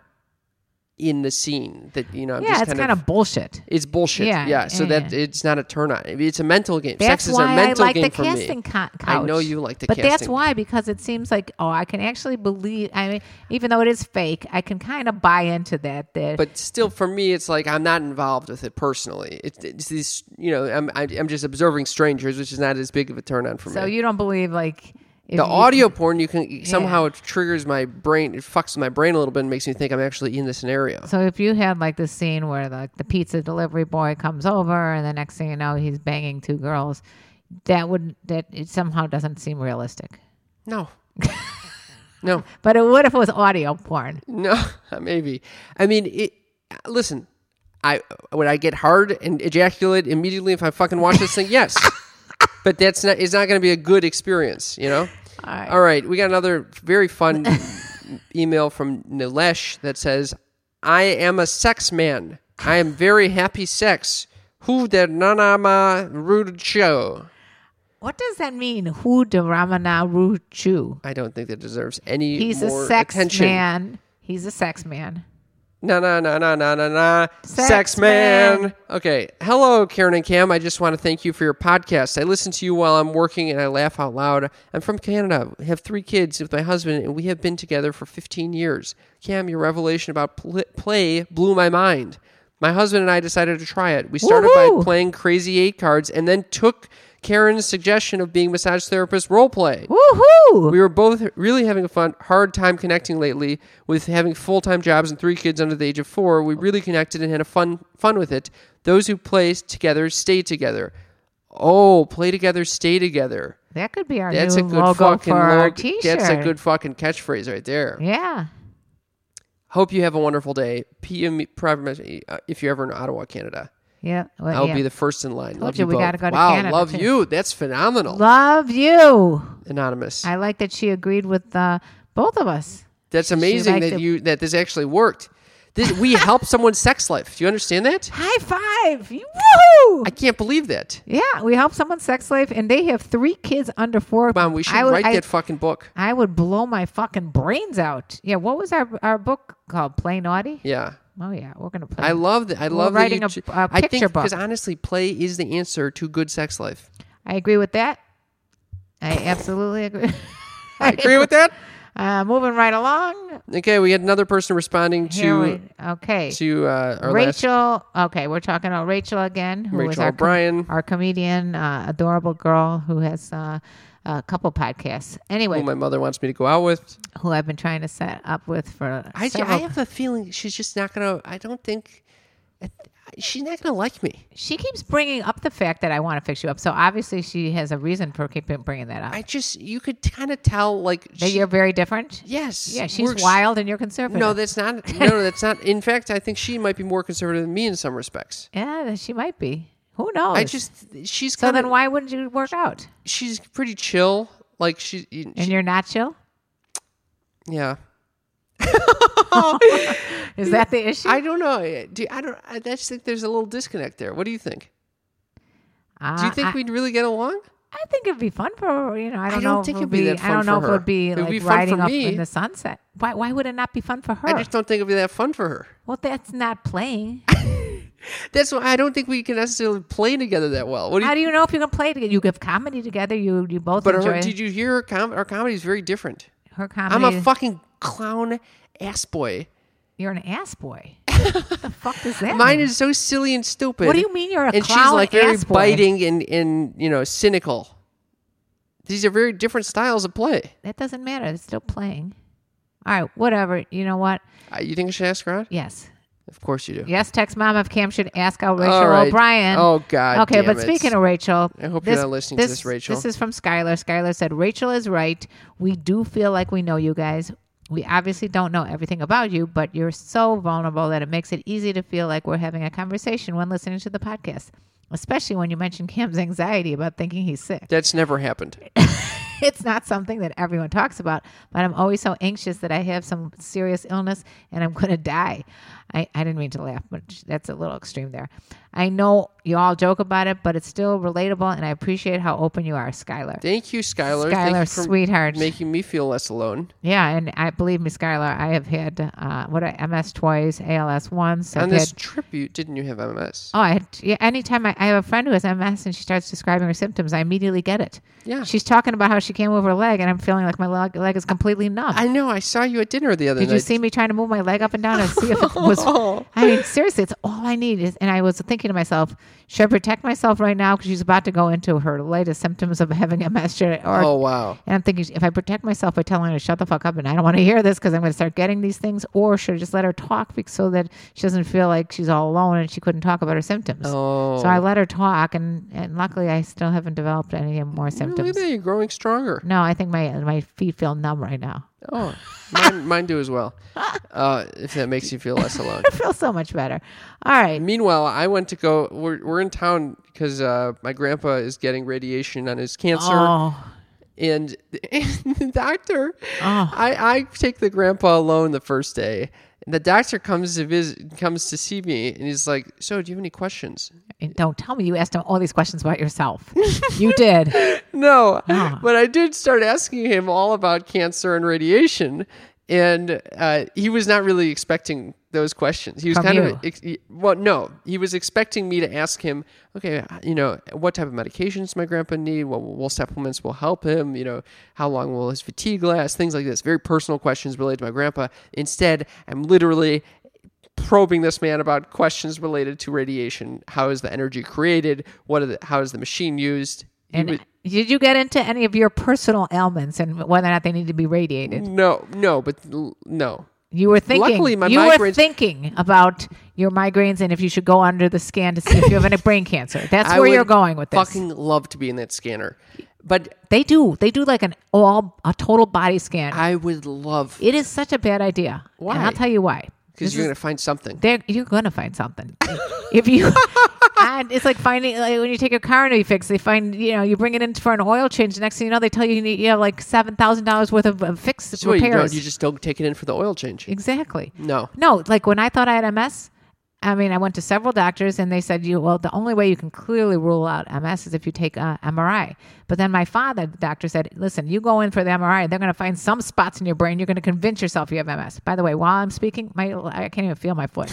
Speaker 2: in the scene that you know i'm
Speaker 3: yeah,
Speaker 2: just
Speaker 3: it's
Speaker 2: kind,
Speaker 3: kind of,
Speaker 2: of
Speaker 3: bullshit.
Speaker 2: it's bullshit
Speaker 3: Yeah,
Speaker 2: yeah, so
Speaker 3: yeah,
Speaker 2: that
Speaker 3: yeah.
Speaker 2: it's not a turn on it's a mental game
Speaker 3: That's
Speaker 2: sex is a
Speaker 3: why I
Speaker 2: mental
Speaker 3: like
Speaker 2: game
Speaker 3: the
Speaker 2: for
Speaker 3: casting
Speaker 2: me
Speaker 3: co- couch.
Speaker 2: i know you like the
Speaker 3: but
Speaker 2: casting
Speaker 3: that's why because it seems like oh, I can actually believe. I mean, even though it is fake, I can kind of buy into that. That
Speaker 2: but still for me it's like i'm not involved with it personally it's, it's these you know I'm, I- I'm just observing strangers which is not as big of a turn on for
Speaker 3: so
Speaker 2: me
Speaker 3: you don't believe like if
Speaker 2: the
Speaker 3: you-
Speaker 2: audio porn you can somehow it triggers my brain it fucks my brain a little bit and makes me think i'm actually in the scenario
Speaker 3: So if you had like the scene where like the pizza delivery boy comes over and the next thing you know he's banging two girls, that would that it somehow doesn't seem realistic.
Speaker 2: no no
Speaker 3: But it would if it was audio porn.
Speaker 2: no maybe i mean it listen i would i get hard and ejaculate immediately if i fucking watch this thing yes but that's not it's not going to be a good experience you know all right, we got another very fun email from nilesh that says i am a sex man i am very happy sex who the nanama rude show
Speaker 3: What does that mean? Who de Ramana Ruchu?
Speaker 2: I don't think that deserves any
Speaker 3: He's
Speaker 2: more
Speaker 3: a sex
Speaker 2: attention.
Speaker 3: man. He's a sex man.
Speaker 2: Na na na na na na na.
Speaker 3: Sex
Speaker 2: Sex, man.
Speaker 3: man.
Speaker 2: Okay. Hello, Karen and Cam. I just want to thank you for your podcast. I listen to you while I'm working and I laugh out loud. I'm from Canada. I have three kids with my husband and we have been together for 15 years. Cam, your revelation about pl- play blew my mind. My husband and I decided to try it. We started by
Speaker 3: Woohoo!
Speaker 2: playing crazy eight cards and then took Karen's suggestion of being massage therapist role play.
Speaker 3: Woohoo!
Speaker 2: We were both really having a fun, hard time connecting lately with having full time jobs and three kids under the age of four. We really connected and had a fun fun with it. Those who play together stay together. Oh, play together, stay together.
Speaker 3: That could be our
Speaker 2: That's
Speaker 3: new
Speaker 2: a good
Speaker 3: logo
Speaker 2: fucking
Speaker 3: for our
Speaker 2: log-
Speaker 3: t-shirt.
Speaker 2: That's a good fucking catchphrase right there.
Speaker 3: Yeah.
Speaker 2: Hope you have a wonderful day. PM me- private message uh, if you're ever in Ottawa, Canada.
Speaker 3: Yeah. Well,
Speaker 2: I'll
Speaker 3: yeah.
Speaker 2: be the first in line. love
Speaker 3: you
Speaker 2: you,
Speaker 3: we
Speaker 2: both.
Speaker 3: gotta go to
Speaker 2: wow,
Speaker 3: Canada,
Speaker 2: love
Speaker 3: too.
Speaker 2: you. That's phenomenal.
Speaker 3: Love you.
Speaker 2: Anonymous.
Speaker 3: I like that she agreed with uh, both of us.
Speaker 2: That's
Speaker 3: like
Speaker 2: amazing that
Speaker 3: to-
Speaker 2: you that this actually worked. This, we help someone's sex life. Do you understand that?
Speaker 3: High five! Woohoo!
Speaker 2: I can't believe that.
Speaker 3: yeah, we help someone's sex life, and they have three kids under four.
Speaker 2: Mom, we should
Speaker 3: I would-
Speaker 2: write
Speaker 3: I-
Speaker 2: that fucking book.
Speaker 3: I would blow my fucking brains out. Yeah, what was our our book called? Play naughty.
Speaker 2: Yeah.
Speaker 3: Oh yeah, we're gonna play.
Speaker 2: I love that. I
Speaker 3: We're
Speaker 2: love
Speaker 3: writing a-
Speaker 2: that you,
Speaker 3: a
Speaker 2: I
Speaker 3: picture
Speaker 2: think
Speaker 3: book.
Speaker 2: because honestly, play is the answer to good sex life.
Speaker 3: I agree with that. I absolutely agree.
Speaker 2: I agree with that.
Speaker 3: Uh, moving right along.
Speaker 2: Okay, we had another person responding
Speaker 3: Here
Speaker 2: to
Speaker 3: we, okay.
Speaker 2: to uh, our last.
Speaker 3: Rachel. Okay, we're talking about Rachel again, who was
Speaker 2: Rachel
Speaker 3: our com-
Speaker 2: O'Brien.
Speaker 3: our comedian, uh, adorable girl who has uh, a couple podcasts. Anyway,
Speaker 2: Who Oh my mother wants me to go out with.
Speaker 3: who I've been trying to set up with for
Speaker 2: I, I
Speaker 3: several-
Speaker 2: have a feeling she's just not gonna. I don't think I th- she's not gonna like me.
Speaker 3: she keeps bringing up the fact that I want to fix you up. So obviously she has a reason for keeping bringing that up.
Speaker 2: I just you could kind of tell like
Speaker 3: that
Speaker 2: she-
Speaker 3: you're very different.
Speaker 2: yes
Speaker 3: Yeah, she's
Speaker 2: we're ex-
Speaker 3: wild and you're conservative.
Speaker 2: No, that's not. No, no, that's not. In fact, I think she might be more conservative than me in some respects.
Speaker 3: yeah, that she might be. Who knows?
Speaker 2: I just she's
Speaker 3: so
Speaker 2: kind
Speaker 3: then
Speaker 2: of
Speaker 3: why wouldn't you work out?
Speaker 2: she's pretty chill. Like she, she
Speaker 3: And you're not chill.
Speaker 2: yeah.
Speaker 3: Is that the issue?
Speaker 2: I don't know. eh, Do I don't. I just think there's a little disconnect there. What do you think? Do you think
Speaker 3: Ah, Uh, I,
Speaker 2: we'd really get along?
Speaker 3: I think it'd be fun for you know. I don't,
Speaker 2: don't
Speaker 3: know
Speaker 2: think
Speaker 3: if
Speaker 2: it'd be that
Speaker 3: I
Speaker 2: fun
Speaker 3: don't know
Speaker 2: for her.
Speaker 3: if it would be
Speaker 2: It'd
Speaker 3: like
Speaker 2: be fun for
Speaker 3: riding up
Speaker 2: me.
Speaker 3: in the sunset. Why? Why would it not be fun for her?
Speaker 2: I just don't think it'd be that fun for her.
Speaker 3: well, that's not playing.
Speaker 2: That's why I don't think we can necessarily play together that well. What do you?
Speaker 3: How do you know if you can play together? You give comedy together. You you both
Speaker 2: but
Speaker 3: enjoy
Speaker 2: her, did you hear her com- our comedy is very different.
Speaker 3: her
Speaker 2: I'm
Speaker 3: comedy.
Speaker 2: a fucking clown ass boy.
Speaker 3: You're an ass boy. what the fuck does that?
Speaker 2: Mine
Speaker 3: mean?
Speaker 2: is so silly and stupid.
Speaker 3: What do you mean you're a
Speaker 2: and she's
Speaker 3: clown
Speaker 2: like very
Speaker 3: ass boy?
Speaker 2: biting and and you know cynical. These are very different styles of play.
Speaker 3: That doesn't matter. It's still playing. All right, whatever. You know what?
Speaker 2: Uh, you think I should ask her out?
Speaker 3: Yes.
Speaker 2: Of course you do.
Speaker 3: Yes, text mom if Cam should ask out Rachel
Speaker 2: All right.
Speaker 3: O'Brien.
Speaker 2: Oh, God
Speaker 3: Okay,
Speaker 2: damn
Speaker 3: but
Speaker 2: it.
Speaker 3: speaking of Rachel,
Speaker 2: I hope you're not listening to this, Rachel.
Speaker 3: This is from Skylar. Skylar said, "Rachel is right. We do feel like we know you guys. We obviously don't know everything about you, but you're so vulnerable that it makes it easy to feel like we're having a conversation when listening to the podcast." Especially when you mention Cam's anxiety about thinking he's sick.
Speaker 2: That's never happened.
Speaker 3: It's not something that everyone talks about, but I'm always so anxious that I have some serious illness and I'm going to die. I, I didn't mean to laugh, but that's a little extreme there. I know you all joke about it, but it's still relatable, and I appreciate how open you are, Skylar.
Speaker 2: Thank you, Skylar. Thank you
Speaker 3: Skylar,
Speaker 2: for
Speaker 3: sweetheart.
Speaker 2: making me feel less alone.
Speaker 3: yeah, and I believe me, Skylar, I have had uh, what are MS twice, ALS once. I've
Speaker 2: On this
Speaker 3: had-
Speaker 2: trip, you didn't you have MS?
Speaker 3: Oh, I had, yeah, anytime I, I have a friend who has MS and she starts describing her symptoms, I immediately get it.
Speaker 2: Yeah.
Speaker 3: She's talking about how she can't move her leg, and I'm feeling like my leg, leg is completely numb.
Speaker 2: I know. I saw you at dinner the other
Speaker 3: Did
Speaker 2: night.
Speaker 3: you see me trying to move my leg up and down and see if it was? I mean, seriously, it's all I need. Is, and I was thinking to myself, should I protect myself right now because she's about to go into her latest symptoms of having MS? Should I- Or,
Speaker 2: Oh wow.
Speaker 3: And I'm thinking, if I protect myself by telling her to shut the fuck up and I don't want to hear this because I'm going to start getting these things, or should I just let her talk bec- so that she doesn't feel like she's all alone and she couldn't talk about her symptoms?
Speaker 2: Oh.
Speaker 3: So I let her talk, and, and luckily I still haven't developed any more
Speaker 2: Look
Speaker 3: symptoms.
Speaker 2: at that. You're growing stronger.
Speaker 3: No, I think my my feet feel numb right now.
Speaker 2: Oh, mine, mine do as well. Uh, if that makes you feel less alone.
Speaker 3: I feel so much better. All right.
Speaker 2: Meanwhile, I went to go. We're, we're in town because uh, my grandpa is getting radiation on his cancer,
Speaker 3: Oh.
Speaker 2: and, the doctor. I, I take the grandpa alone the first day. And the doctor comes to visit, comes to see me, and he's like, "So, do you have any questions?"
Speaker 3: And don't tell me you asked him all these questions about yourself. you did.
Speaker 2: No,
Speaker 3: Ah.
Speaker 2: but I did start asking him all about cancer and radiation, and uh, he was not really expecting those questions. He was
Speaker 3: From
Speaker 2: kind
Speaker 3: you.
Speaker 2: of ex- he- well, no, he was expecting me to ask him, okay, uh, you know, what type of medications my grandpa need, what, what supplements will help him, you know, how long will his fatigue last, things like this, very personal questions related to my grandpa. Instead, I'm literally probing this man about questions related to radiation. How is the energy created? What are the, how is the machine used? He
Speaker 3: And
Speaker 2: was-
Speaker 3: did you get into any of your personal ailments and whether or not they need to be radiated?
Speaker 2: No, no, but l- no.
Speaker 3: You were thinking.
Speaker 2: Luckily, my
Speaker 3: you were
Speaker 2: migraines-
Speaker 3: thinking about your migraines and if you should go under the scan to see if you have any brain cancer. That's
Speaker 2: I
Speaker 3: where you're
Speaker 2: would
Speaker 3: going with this.
Speaker 2: Fucking love to be in that scanner, but
Speaker 3: they do. They do like an all a total body scan.
Speaker 2: I would love
Speaker 3: it is such a bad idea.
Speaker 2: Why?
Speaker 3: And I'll tell you why.
Speaker 2: because you're gonna find something.
Speaker 3: They're, you're gonna find something if you. and it's like finding like when you take your car and you fix. They find you know you bring it in for an oil change. The next thing you know, they tell you you, need, you have like seven thousand dollars worth of uh, fix
Speaker 2: So what, you
Speaker 3: repairs.
Speaker 2: don't, you just don't take it in for the oil change.
Speaker 3: exactly.
Speaker 2: No.
Speaker 3: No, like when I thought I had MS. I mean, I went to several doctors and they said, "You well, the only way you can clearly rule out MS is if you take uh, MRI." But then my father, the doctor said, "Listen, you go in for the MRI. They're going to find some spots in your brain. You're going to convince yourself you have MS." By the way, while I'm speaking, my I can't even feel my foot.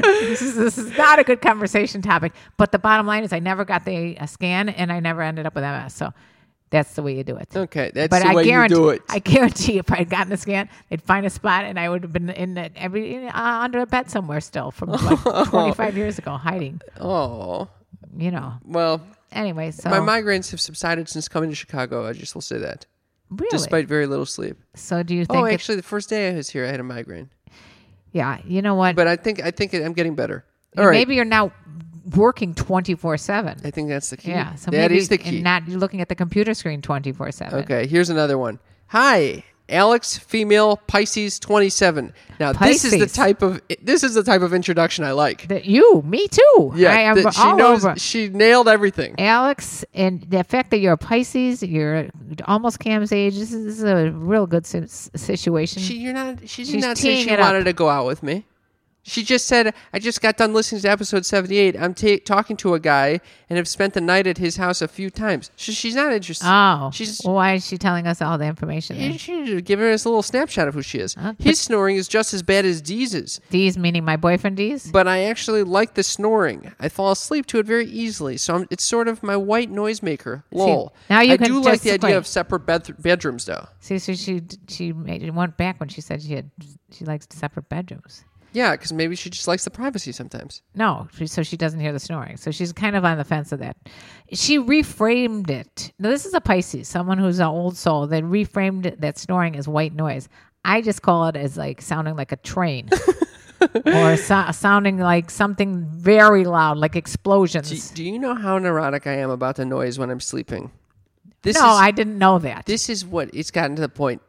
Speaker 3: this is this is not a good conversation topic. But the bottom line is, I never got the uh, scan, and I never ended up with MS. So That's the way you do it.
Speaker 2: Okay, that's
Speaker 3: but
Speaker 2: the
Speaker 3: I
Speaker 2: way you
Speaker 3: guarantee,
Speaker 2: do it.
Speaker 3: I guarantee, if I'd gotten a scan, they'd find a spot, and I would have been in the, every in, uh, under a bed somewhere still from like 25 years ago, hiding.
Speaker 2: oh,
Speaker 3: You know.
Speaker 2: well,
Speaker 3: Anyway, so
Speaker 2: my migraines have subsided since coming to Chicago. I just will say that,
Speaker 3: really.
Speaker 2: despite very little sleep.
Speaker 3: so do you think?
Speaker 2: Oh,
Speaker 3: it-
Speaker 2: actually, the first day I was here, I had a migraine,
Speaker 3: yeah. You know what?
Speaker 2: but I think I think I'm getting better. All right,
Speaker 3: Maybe you're now working 24 seven.
Speaker 2: I think that's the key.
Speaker 3: Yeah. So
Speaker 2: that
Speaker 3: maybe
Speaker 2: is the key.
Speaker 3: And not looking at the computer screen 24 seven.
Speaker 2: Okay, here's another one. Hi, Alex, female Pisces, 27. Now this is the
Speaker 3: Pisces.
Speaker 2: type of this is the type of introduction I like.
Speaker 3: That you, me too. I am
Speaker 2: that she
Speaker 3: all
Speaker 2: knows
Speaker 3: over.
Speaker 2: she nailed everything.
Speaker 3: Alex, and the fact that you're a Pisces, you're almost Cam's age. This is, this is a real good si- situation.
Speaker 2: She you're not she did
Speaker 3: She's
Speaker 2: not say
Speaker 3: teeing
Speaker 2: she
Speaker 3: it up.
Speaker 2: wanted to go out with me. She just said, "I just got done listening to episode 78. I'm ta talking to a guy and have spent the night at his house a few times." So she's not interested.
Speaker 3: oh,
Speaker 2: she's
Speaker 3: why is she telling us all the information? then?
Speaker 2: she- she's giving us a little snapshot of who she is. His snoring is just as bad as Deez's.
Speaker 3: D's meaning my boyfriend D's.
Speaker 2: but I actually like the snoring. I fall asleep to it very easily, so I'm, it's sort of my white noisemaker. Lol.
Speaker 3: now you
Speaker 2: I
Speaker 3: can
Speaker 2: do like the
Speaker 3: just-
Speaker 2: idea
Speaker 3: wait.
Speaker 2: of separate bed- bedrooms, though.
Speaker 3: See, so she she made, went back when she said she had she likes separate bedrooms.
Speaker 2: Yeah, because maybe she just likes the privacy sometimes.
Speaker 3: No, she, so she doesn't hear the snoring. So she's kind of on the fence of that. She reframed it. Now this is a Pisces, someone who's an old soul that reframed it- that snoring as white noise. I just call it as like sounding like a train. or so- sounding like something very loud, like explosions.
Speaker 2: Do, do you know how neurotic I am about the noise when I'm sleeping? This
Speaker 3: no,
Speaker 2: is,
Speaker 3: I didn't know that.
Speaker 2: This is what it's gotten to the point.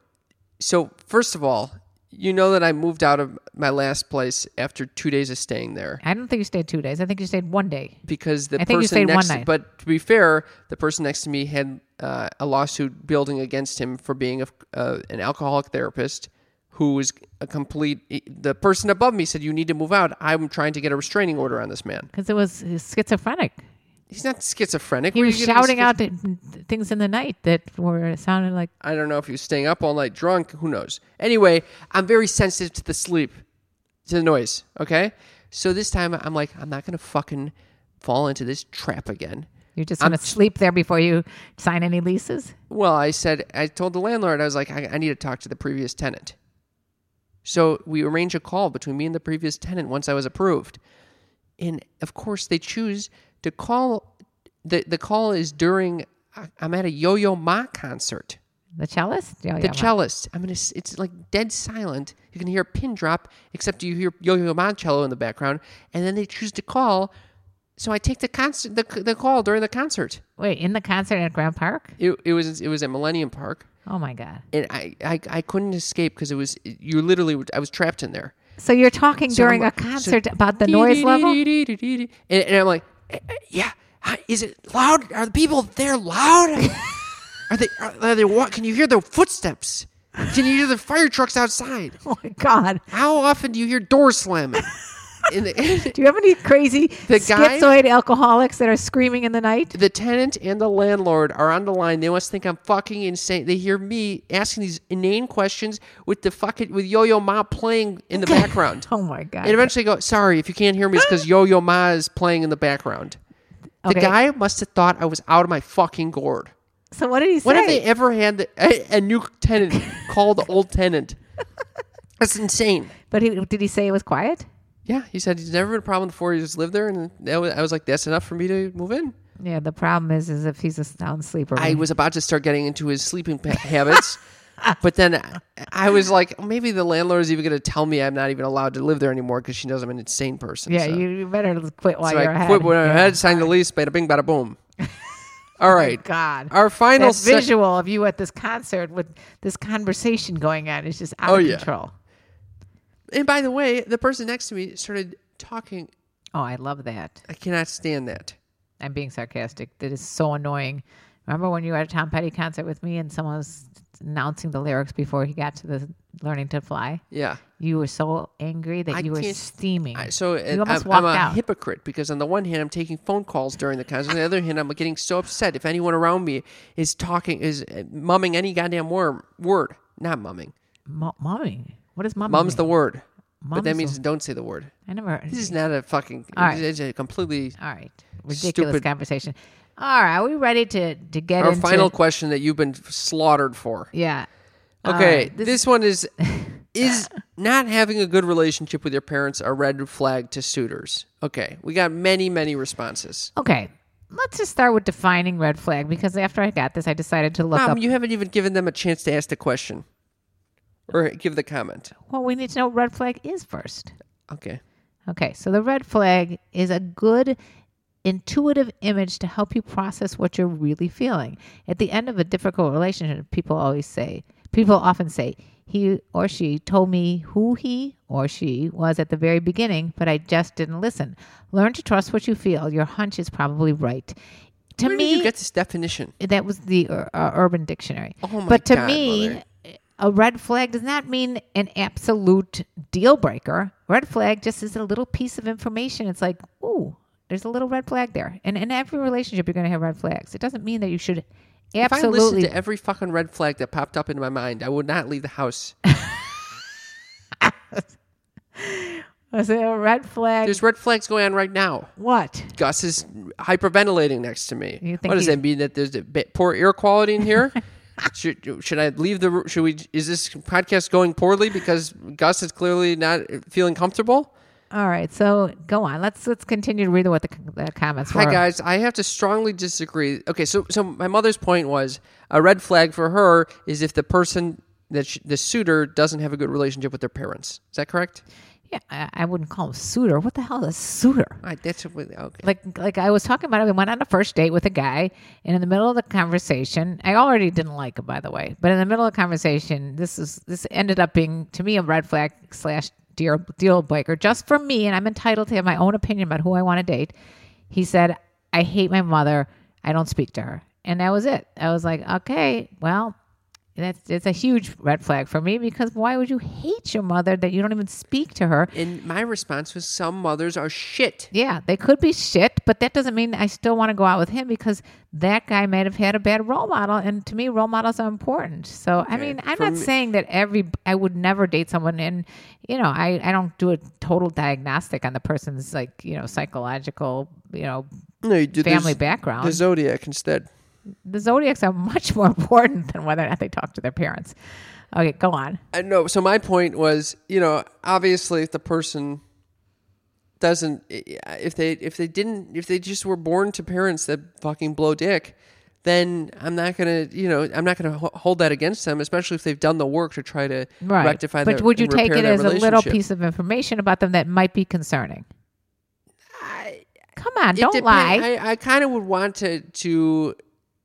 Speaker 2: So first of all, you know that I moved out of my last place after two days of staying there.
Speaker 3: I don't think you stayed two days. I think you stayed one day.
Speaker 2: because the
Speaker 3: I think you
Speaker 2: person
Speaker 3: stayed one
Speaker 2: next
Speaker 3: night.
Speaker 2: but to be fair the person next to me had uh, a lawsuit building against him for being a, uh, an alcoholic therapist who was a complete e, the person above me said you need to move out i'm trying to get a restraining order on this man
Speaker 3: Because it was uh, schizophrenic.
Speaker 2: he's not schizophrenic
Speaker 3: He
Speaker 2: Where
Speaker 3: was
Speaker 2: you getting
Speaker 3: shouting
Speaker 2: schiz-
Speaker 3: out th- things in the night that were sounded like
Speaker 2: i don't know if he was staying up all night drunk who knows anyway i'm very sensitive to the sleep to the noise okay so this time i'm like i'm not gonna fucking fall into this trap again
Speaker 3: you're just going to sleep there before you sign any leases.
Speaker 2: Well, I said, I told the landlord, I was like, I, I need to talk to the previous tenant. So we arrange a call between me and the previous tenant once I was approved. And of course, they choose to call. The, the call is during, I- I'm at a Yo Yo Ma concert.
Speaker 3: The cellist? Oh, Yeah,
Speaker 2: The
Speaker 3: yeah,
Speaker 2: cellist, I'm gonna, s- it's like dead silent. You can hear a pin drop, except you hear Yo Yo Ma cello in the background. And then they choose to call. So I take the, concert, the, the call during the concert.
Speaker 3: Wait, in the concert at Grand Park?
Speaker 2: It, it, was, it was at Millennium Park.
Speaker 3: Oh my God.
Speaker 2: and I, I, I couldn't escape because it was you literally were- I was trapped in there
Speaker 3: So you're talking during a concert about the noise level?
Speaker 2: and, and I'm like "Eh, eh, yeah Huh, is it loud are the people there loud are they are, are they what can you hear the footsteps can you hear the fire trucks outside
Speaker 3: Oh my God.
Speaker 2: how often do you hear doors slamming in the,
Speaker 3: Do you have any crazy
Speaker 2: The guy-
Speaker 3: schizoid alcoholics that are screaming in the night?
Speaker 2: the tenant and the landlord are on the line. They must think I'm fucking insane. They hear me asking these inane questions with the fucking with Yo Yo Ma playing in the background.
Speaker 3: Oh my God.
Speaker 2: And eventually go, sorry, if you can't hear me, it's because Yo Yo Ma is playing in the background. The
Speaker 3: Okay.
Speaker 2: guy must have thought I was out of my fucking gourd.
Speaker 3: so what did he say?
Speaker 2: When have they ever had the, a, a new tenant called old tenant? That's insane.
Speaker 3: but he, did he say it was quiet?
Speaker 2: Yeah, he said he's never been a problem before. He just lived there, and that was, I was like, that's enough for me to move in.
Speaker 3: Yeah, the problem is, is if he's a sound sleeper.
Speaker 2: I was about to start getting into his sleeping pa- habits, but then I- I was like, maybe the landlord is even going to tell me I'm not even allowed to live there anymore because she knows I'm an insane person.
Speaker 3: yeah,
Speaker 2: so.
Speaker 3: you you better quit while
Speaker 2: So
Speaker 3: you're
Speaker 2: I
Speaker 3: ahead.
Speaker 2: quit when I
Speaker 3: Yeah. Oh
Speaker 2: had signed the lease. Bada bing, bada boom. All right,
Speaker 3: God.
Speaker 2: Our final
Speaker 3: That
Speaker 2: se-
Speaker 3: visual of you at this concert with this conversation going on is just out
Speaker 2: Oh,
Speaker 3: of
Speaker 2: yeah.
Speaker 3: control.
Speaker 2: And by the way, the person next to me started talking.
Speaker 3: Oh, I love that.
Speaker 2: I cannot stand that.
Speaker 3: I'm being sarcastic. That is so annoying. Remember when you were at a Tom Petty concert with me and someone was announcing the lyrics before he got to the learning to fly?
Speaker 2: Yeah.
Speaker 3: You were so angry that
Speaker 2: I
Speaker 3: you were
Speaker 2: can't-
Speaker 3: steaming.
Speaker 2: I, so
Speaker 3: you
Speaker 2: uh,
Speaker 3: almost
Speaker 2: I'm,
Speaker 3: walked
Speaker 2: I'm a
Speaker 3: out.
Speaker 2: hypocrite because on the one hand I'm taking phone calls during the concert, on the other hand I'm getting so upset if anyone around me is talking is uh, mumming any goddamn word. Word, not mumming.
Speaker 3: Mu- mumming. What is mumming?
Speaker 2: Mum's
Speaker 3: mean?
Speaker 2: the word, but
Speaker 3: Mum's the-
Speaker 2: that means don't say the word.
Speaker 3: I never.
Speaker 2: This is not a fucking.
Speaker 3: All right.
Speaker 2: It's a completely.
Speaker 3: All right. Ridiculous
Speaker 2: Stupid.
Speaker 3: conversation. All right, are we ready to to get
Speaker 2: Our
Speaker 3: into
Speaker 2: final question that you've been slaughtered for.
Speaker 3: Yeah.
Speaker 2: Okay,
Speaker 3: right,
Speaker 2: this,
Speaker 3: Uh, this-
Speaker 2: one is is not having a good relationship with your parents a red flag to suitors. Okay, we got many many responses.
Speaker 3: Okay. Let's just start with defining red flag because after I got this, I decided to look
Speaker 2: Mom,
Speaker 3: up.
Speaker 2: you haven't even given them a chance to ask the question or give the comment.
Speaker 3: well, we need to know what red flag is first.
Speaker 2: Okay.
Speaker 3: Okay, so the red flag is a good intuitive image to help you process what you're really feeling. At the end of a difficult relationship, people always say, people often say, he or she told me who he or she was at the very beginning, but I just didn't listen. Learn to trust what you feel. Your hunch is probably right. To
Speaker 2: Where
Speaker 3: me,
Speaker 2: did you get this definition?
Speaker 3: that was the uh, uh, Urban Dictionary.
Speaker 2: Oh my
Speaker 3: but to
Speaker 2: God,
Speaker 3: me,
Speaker 2: mother.
Speaker 3: a red flag does not mean an absolute deal breaker. Red flag just is a little piece of information. It's like, ooh, there's a little red flag there. And in every relationship, you're going to have red flags. It doesn't mean that you should
Speaker 2: If I listened
Speaker 3: absolutely.
Speaker 2: to every fucking red flag that popped up into my mind, I would not leave the house.
Speaker 3: was it a "Oh, red flag?
Speaker 2: e- There's red flags going on right now.
Speaker 3: what?
Speaker 2: Gus is hyperventilating next to me.
Speaker 3: You think
Speaker 2: What does
Speaker 3: he-
Speaker 2: that mean? That there's a bit poor air quality in here? should should I leave the? Should we? Is this podcast going poorly because Gus is clearly not feeling comfortable?
Speaker 3: All right, so go on. Let's let's continue to read what the, c- the comments were.
Speaker 2: Hi guys, I have to strongly disagree. Okay, so so my mother's point was a red flag for her is if the person that sh the suitor doesn't have a good relationship with their parents. Is that correct?
Speaker 3: Yeah, I, I wouldn't call him suitor. What the hell is a suitor?
Speaker 2: I, that's what, okay.
Speaker 3: like like I was talking about it. We went on a first date with a guy, and in the middle of the conversation, I already didn't like him, by the way. But in the middle of the conversation, this is this ended up being to me a red flag slash deal deal breaker just for me, and I'm entitled to have my own opinion about who I want to date. He said, "I hate my mother. I don't speak to her," and that was it. I was like, okay, well. That's it's a huge red flag for me because why would you hate your mother that you don't even speak to her?
Speaker 2: And my response was some mothers are shit.
Speaker 3: Yeah, they could be shit, but that doesn't mean I still want to go out with him because that guy might have had a bad role model. And to me, role models are important. So, I mean, I'm not saying that every, I would never date someone. And, you know, I, I don't do a total diagnostic on the person's, like, you know, psychological, you know,
Speaker 2: No, you did
Speaker 3: family background.
Speaker 2: The zodiac instead.
Speaker 3: the zodiacs are much more important than whether or not they talk to their parents. Okay, go on.
Speaker 2: I know. So my point was, you know, obviously, if the person doesn't, if they if they didn't, if they just were born to parents that fucking blow dick, then I'm not gonna, you know, I'm not gonna ho- hold that against them, especially if they've done the work to try to
Speaker 3: Right.
Speaker 2: rectify.
Speaker 3: but
Speaker 2: their-
Speaker 3: would you
Speaker 2: and
Speaker 3: take
Speaker 2: repair
Speaker 3: it
Speaker 2: their
Speaker 3: as a little
Speaker 2: relationship.
Speaker 3: piece of information about them that might be concerning? Come on,
Speaker 2: It
Speaker 3: don't
Speaker 2: depend-
Speaker 3: lie.
Speaker 2: I, I kind of would want to to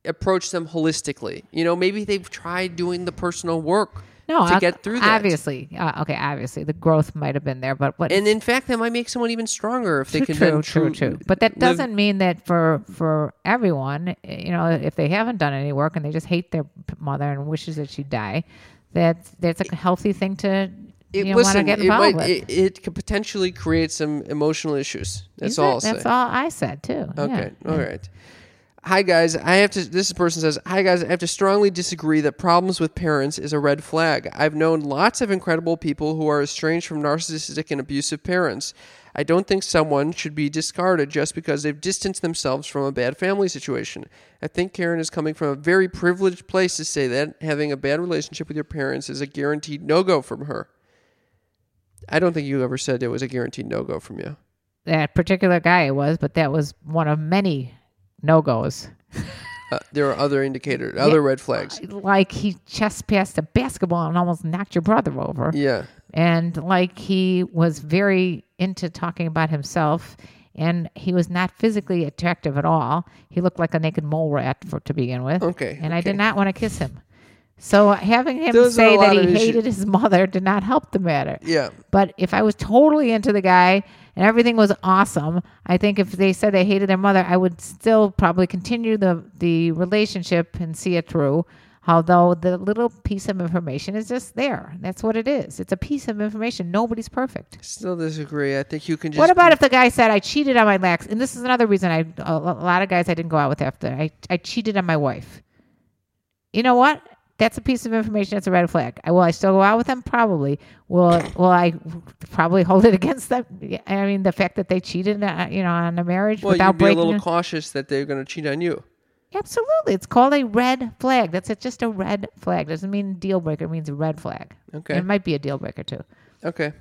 Speaker 2: approach them holistically. You know, maybe they've tried doing the personal work
Speaker 3: no,
Speaker 2: to
Speaker 3: uh,
Speaker 2: get through that.
Speaker 3: Obviously, uh, okay, obviously, the growth might have been there, but what?
Speaker 2: And in fact, that might make someone even stronger if they can
Speaker 3: true,
Speaker 2: then
Speaker 3: true,
Speaker 2: tru-
Speaker 3: true. But that
Speaker 2: live-
Speaker 3: doesn't mean that for for everyone, eh, you know, if they haven't done any work and they just hate their p- mother and wishes that she die, that that's a healthy thing to
Speaker 2: it,
Speaker 3: you know, want to
Speaker 2: listen,
Speaker 3: get
Speaker 2: it, might,
Speaker 3: involved with.
Speaker 2: it, it could potentially create some emotional issues. That's
Speaker 3: Isn't
Speaker 2: all
Speaker 3: it?
Speaker 2: I'll
Speaker 3: That's
Speaker 2: say.
Speaker 3: all I said too. yeah.
Speaker 2: okay, all right. Hi guys, I have to. This person says, "Hi guys, I have to strongly disagree that problems with parents is a red flag. I've known lots of incredible people who are estranged from narcissistic and abusive parents. I don't think someone should be discarded just because they've distanced themselves from a bad family situation. I think Karen is coming from a very privileged place to say that having a bad relationship with your parents is a guaranteed no go from her. I don't think you ever said it was a guaranteed no go from you.
Speaker 3: That particular guy it was, but that was one of many no goes.
Speaker 2: Uh, there are other indicators, other red flags.
Speaker 3: Like he chest passed a basketball and almost knocked your brother over.
Speaker 2: Yeah.
Speaker 3: and like he was very into talking about himself and he was not physically attractive at all he looked like a naked mole rat for, to begin with
Speaker 2: Okay,
Speaker 3: and i
Speaker 2: okay.
Speaker 3: did not want to kiss him so having him
Speaker 2: Those are a
Speaker 3: say that
Speaker 2: lot
Speaker 3: he
Speaker 2: of issues.
Speaker 3: hated his mother did not help the matter
Speaker 2: Yeah.
Speaker 3: but if i was totally into the guy and everything was awesome i think if they said they hated their mother i would still probably continue the the relationship and see it through although the little piece of information is just there that's what it is it's a piece of information nobody's perfect
Speaker 2: Still disagree. I think you can just.
Speaker 3: what about if the guy said I cheated on my lax? And this is another reason I a lot of guys I didn't go out with after I I cheated on my wife. You know what? That's a piece of information that's a red flag. I, will I still go out with them? Probably. Will Will I probably hold it against them? Yeah, I mean, the fact that they cheated, uh, you know, on a marriage
Speaker 2: Well,
Speaker 3: without
Speaker 2: you'd be a
Speaker 3: breaking.
Speaker 2: little
Speaker 3: it-
Speaker 2: cautious that they're going to cheat on you.
Speaker 3: Absolutely, it's called a red flag. That's a, just a red flag. Doesn't mean deal breaker. It means a red flag.
Speaker 2: Okay.
Speaker 3: It might be a deal breaker too.
Speaker 2: Okay.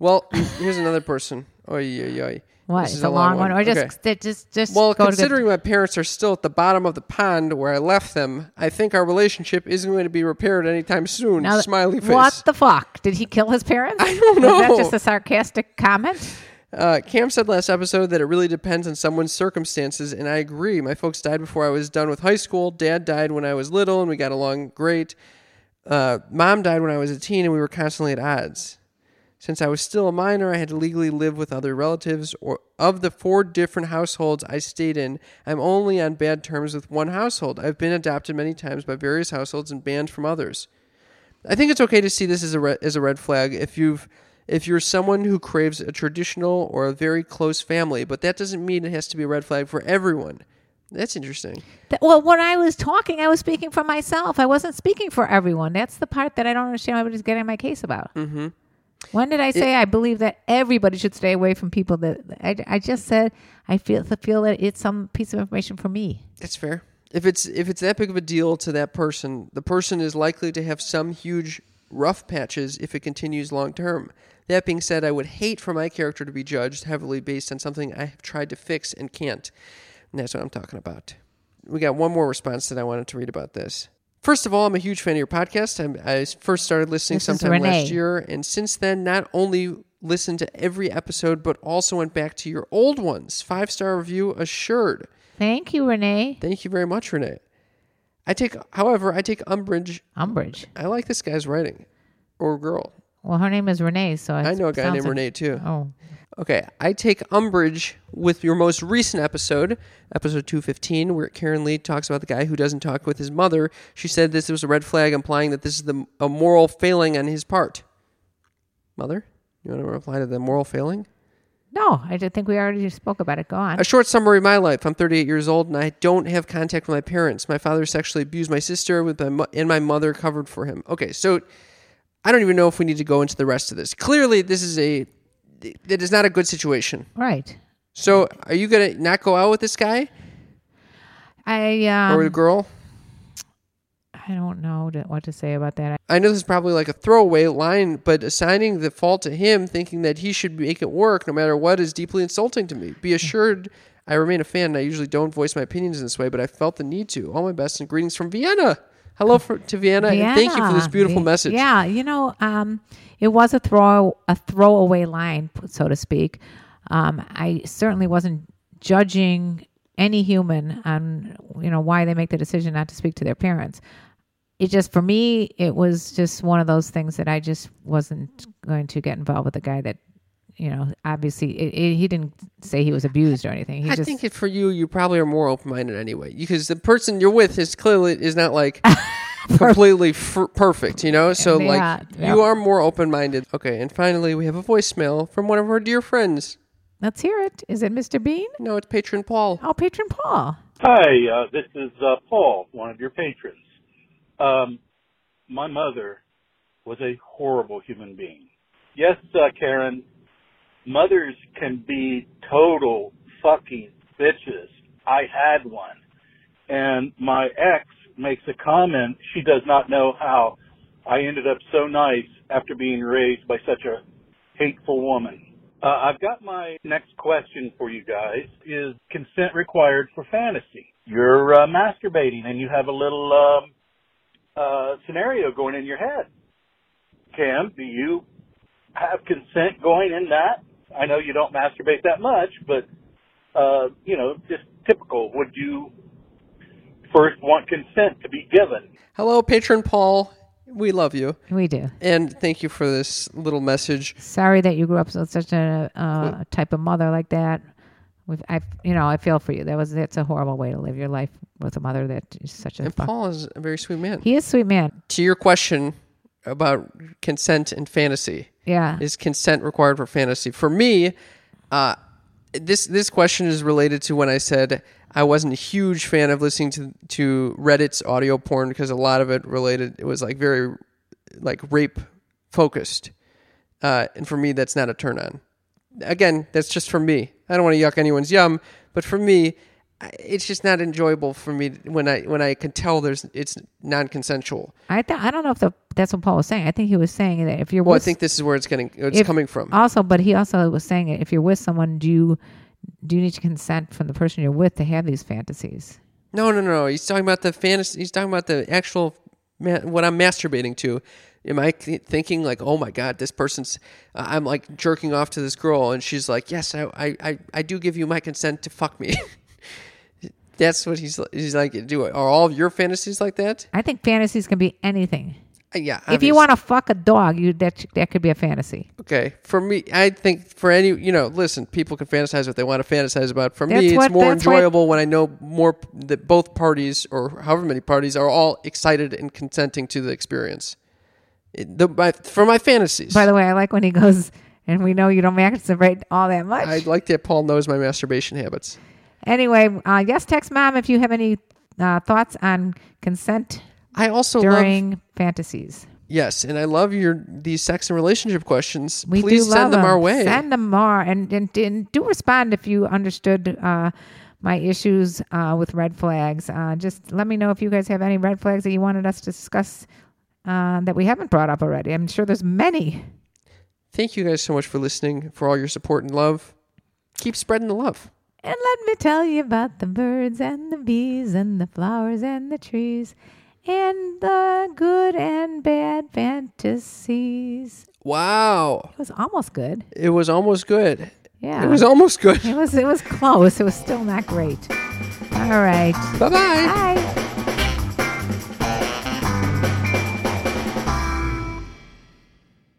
Speaker 2: Well, here's another person. Oh yeah, yeah.
Speaker 3: What? it's a, long, one. or just th- just just
Speaker 2: Well,
Speaker 3: go to the-
Speaker 2: considering my parents are still at the bottom of the pond where I left them, I think our relationship isn't going to be repaired anytime soon.
Speaker 3: Now that-
Speaker 2: Smiley face.
Speaker 3: What the fuck? Did he kill his parents? I
Speaker 2: don't
Speaker 3: Was that
Speaker 2: know.
Speaker 3: just a sarcastic comment?
Speaker 2: Uh, Cam said last episode that it really depends on someone's circumstances, and I agree. My folks died before I was done with high school. Dad died when I was little, and we got along great. Uh, Mom died when I was a teen, and we were constantly at odds. Since I was still a minor, I had to legally live with other relatives. Or of the four different households I stayed in, I'm only on bad terms with one household. I've been adopted many times by various households and banned from others. I think it's okay to see this as a re- as a red flag if you've if you're someone who craves a traditional or a very close family, but that doesn't mean it has to be a red flag for everyone. That's interesting.
Speaker 3: That- well, when I was talking, I was speaking for myself. I wasn't speaking for everyone. That's the part that I don't understand. why Everybody's getting my case about. Mm-hmm. When did I say I believe that everybody should stay away from people that I, I just said I feel feel that it's some piece of information for me.
Speaker 2: That's fair. If it's if it's that big of a deal to that person, the person is likely to have some huge rough patches if it continues long term. That being said, I would hate for my character to be judged heavily based on something I have tried to fix and can't. And that's what I'm talking about. We got one more response that I wanted to read about this. First of all, I'm a huge fan of your podcast. I'm, I first started listening
Speaker 3: This is
Speaker 2: sometime
Speaker 3: Renee.
Speaker 2: last year, and since then, not only listened to every episode, but also went back to your old ones. Five star review assured.
Speaker 3: Thank you, Renee.
Speaker 2: Thank you very much, Renee. I take, however, I take umbrage.
Speaker 3: Umbridge.
Speaker 2: I like this guy's writing, or girl.
Speaker 3: Well, her name is Renee, so
Speaker 2: I know a guy
Speaker 3: sounds
Speaker 2: named
Speaker 3: like-
Speaker 2: Renee too.
Speaker 3: Oh,
Speaker 2: Okay, I take umbrage with your most recent episode, episode 215, where Karen Lee talks about the guy who doesn't talk with his mother. She said this was a red flag, implying that this is the, a moral failing on his part. Mother, you want to reply to the moral failing?
Speaker 3: no, I did think we already spoke about it. Go on.
Speaker 2: A short summary of my life. I'm 38 years old and I don't have contact with my parents. My father sexually abused my sister with my mo- and my mother covered for him. Okay, so I don't even know if we need to go into the rest of this. Clearly, this is a that is not a good situation.
Speaker 3: Right.
Speaker 2: So, are you going to not go out with this guy
Speaker 3: I
Speaker 2: or a
Speaker 3: um,
Speaker 2: girl?
Speaker 3: I don't know to- what to say about that.
Speaker 2: I know this is probably like a throwaway line, but assigning the fault to him, thinking that he should make it work no matter what, is deeply insulting to me.
Speaker 3: Hmm.
Speaker 2: Be assured, I remain a fan. and I usually don't voice my opinions in this way, but I felt the need to. All my best and greetings from Vienna. Hello for, to Vienna, and thank you for this
Speaker 3: Yeah.
Speaker 2: beautiful
Speaker 3: The-
Speaker 2: message.
Speaker 3: Yeah, you know, um, it was a throw a throwaway line, so to speak. Um, I certainly wasn't judging any human on you know why they make the decision not to speak to their parents. It just for me, it was just one of those things that I just wasn't going to get involved with a guy that you know obviously it, it, he didn't say he was abused or anything. He
Speaker 2: I
Speaker 3: just
Speaker 2: think it, for you, you probably are more open minded anyway, because the person you're with is clearly is not like completely f- perfect, you know. So
Speaker 3: Yeah,
Speaker 2: like
Speaker 3: yeah.
Speaker 2: you are more open minded. Okay, and finally we have a voicemail from one of our dear friends.
Speaker 3: let's hear it. Is it Mr. Bean?
Speaker 2: No, it's patron Paul.
Speaker 3: Oh, patron Paul.
Speaker 7: Hi, uh, this is uh, Paul, one of your patrons. Um, my mother was a horrible human being. Yes, uh, Karen, mothers can be total fucking bitches. I had one. And my ex makes a comment. She does not know how I ended up so nice after being raised by such a hateful woman. Uh, I've got my next question for you guys is consent required for fantasy? You're uh, masturbating and you have a little um, uh, scenario going in your head. Cam, do you have consent going in that? I know you don't masturbate that much, but uh, you know, just typical. Would you first want consent to be given?
Speaker 2: Hello, patron Paul. We love you.
Speaker 3: We do.
Speaker 2: And thank you for this little message.
Speaker 3: sorry that you grew up with such a uh, type of mother like that. We've, I, you know, I feel for you. That was that's a horrible way to live your life with a mother that is such a.
Speaker 2: And
Speaker 3: Fuck.
Speaker 2: Paul is a very sweet man.
Speaker 3: He is a sweet man.
Speaker 2: to your question about consent and fantasy,
Speaker 3: Yeah,
Speaker 2: is consent required for fantasy? For me, uh, this this question is related to when I said I wasn't a huge fan of listening to to Reddit's audio porn because a lot of it related it was like very like rape focused, uh, and for me that's not a turn on. Again, that's just for me. I don't want to yuck anyone's yum, but for me, I- it's just not enjoyable for me when I when I can tell there's it's non consensual.
Speaker 3: I th- I don't know if the, that's what Paul was saying. I think he was saying that if you're
Speaker 2: Well, I
Speaker 3: with,
Speaker 2: think this is where it's getting it's
Speaker 3: if-
Speaker 2: coming from.
Speaker 3: also, but he also was saying that if you're with someone, do you do you need to consent from the person you're with to have these fantasies?
Speaker 2: No, no, no. no. He's talking about the fantasy. He's talking about the actual ma- what I'm masturbating to. Am I c- thinking like, oh my god, this person's? Uh, I'm like jerking off to this girl, and she's like, yes, I, I, I, I do give you my consent to fuck me. That's what he's he's like. Do it. Are all of your fantasies like that?
Speaker 3: I think fantasies can be anything.
Speaker 2: Uh, yeah.
Speaker 3: If you want to fuck a dog, you that that could be a fantasy.
Speaker 2: okay. For me, I think for any, you know, listen, people can fantasize what they want to fantasize about. For
Speaker 3: That's
Speaker 2: me,
Speaker 3: what-
Speaker 2: it's more
Speaker 3: that's what-
Speaker 2: enjoyable when I know more p- that both parties or however many parties are all excited and consenting to the experience. It- the, my, for my fantasies,
Speaker 3: By the way, I like when he goes, and we know you don't masturbate all that much.
Speaker 2: I like that Paul knows my masturbation habits.
Speaker 3: anyway, uh, yes, text mom if you have any uh, thoughts on consent
Speaker 2: I also love
Speaker 3: during fantasies.
Speaker 2: yes, and I love your these sex and relationship questions.
Speaker 3: We
Speaker 2: Please
Speaker 3: do love
Speaker 2: send them our way.
Speaker 3: Send them our and and, and do respond if you understood uh, my issues uh, with red flags. Uh, just let me know if you guys have any red flags that you wanted us to discuss uh, that we haven't brought up already. I'm sure there's many.
Speaker 2: Thank you guys so much for listening, for all your support and love. Keep spreading the love.
Speaker 3: And let me tell you about the birds and the bees and the flowers and the trees and the good and bad fantasies.
Speaker 2: Wow,
Speaker 3: It was almost good.
Speaker 2: it was almost good.
Speaker 3: Yeah.
Speaker 2: It was almost good.
Speaker 3: it was it was close. It was still not great. All right.
Speaker 2: Bye bye.
Speaker 3: Bye.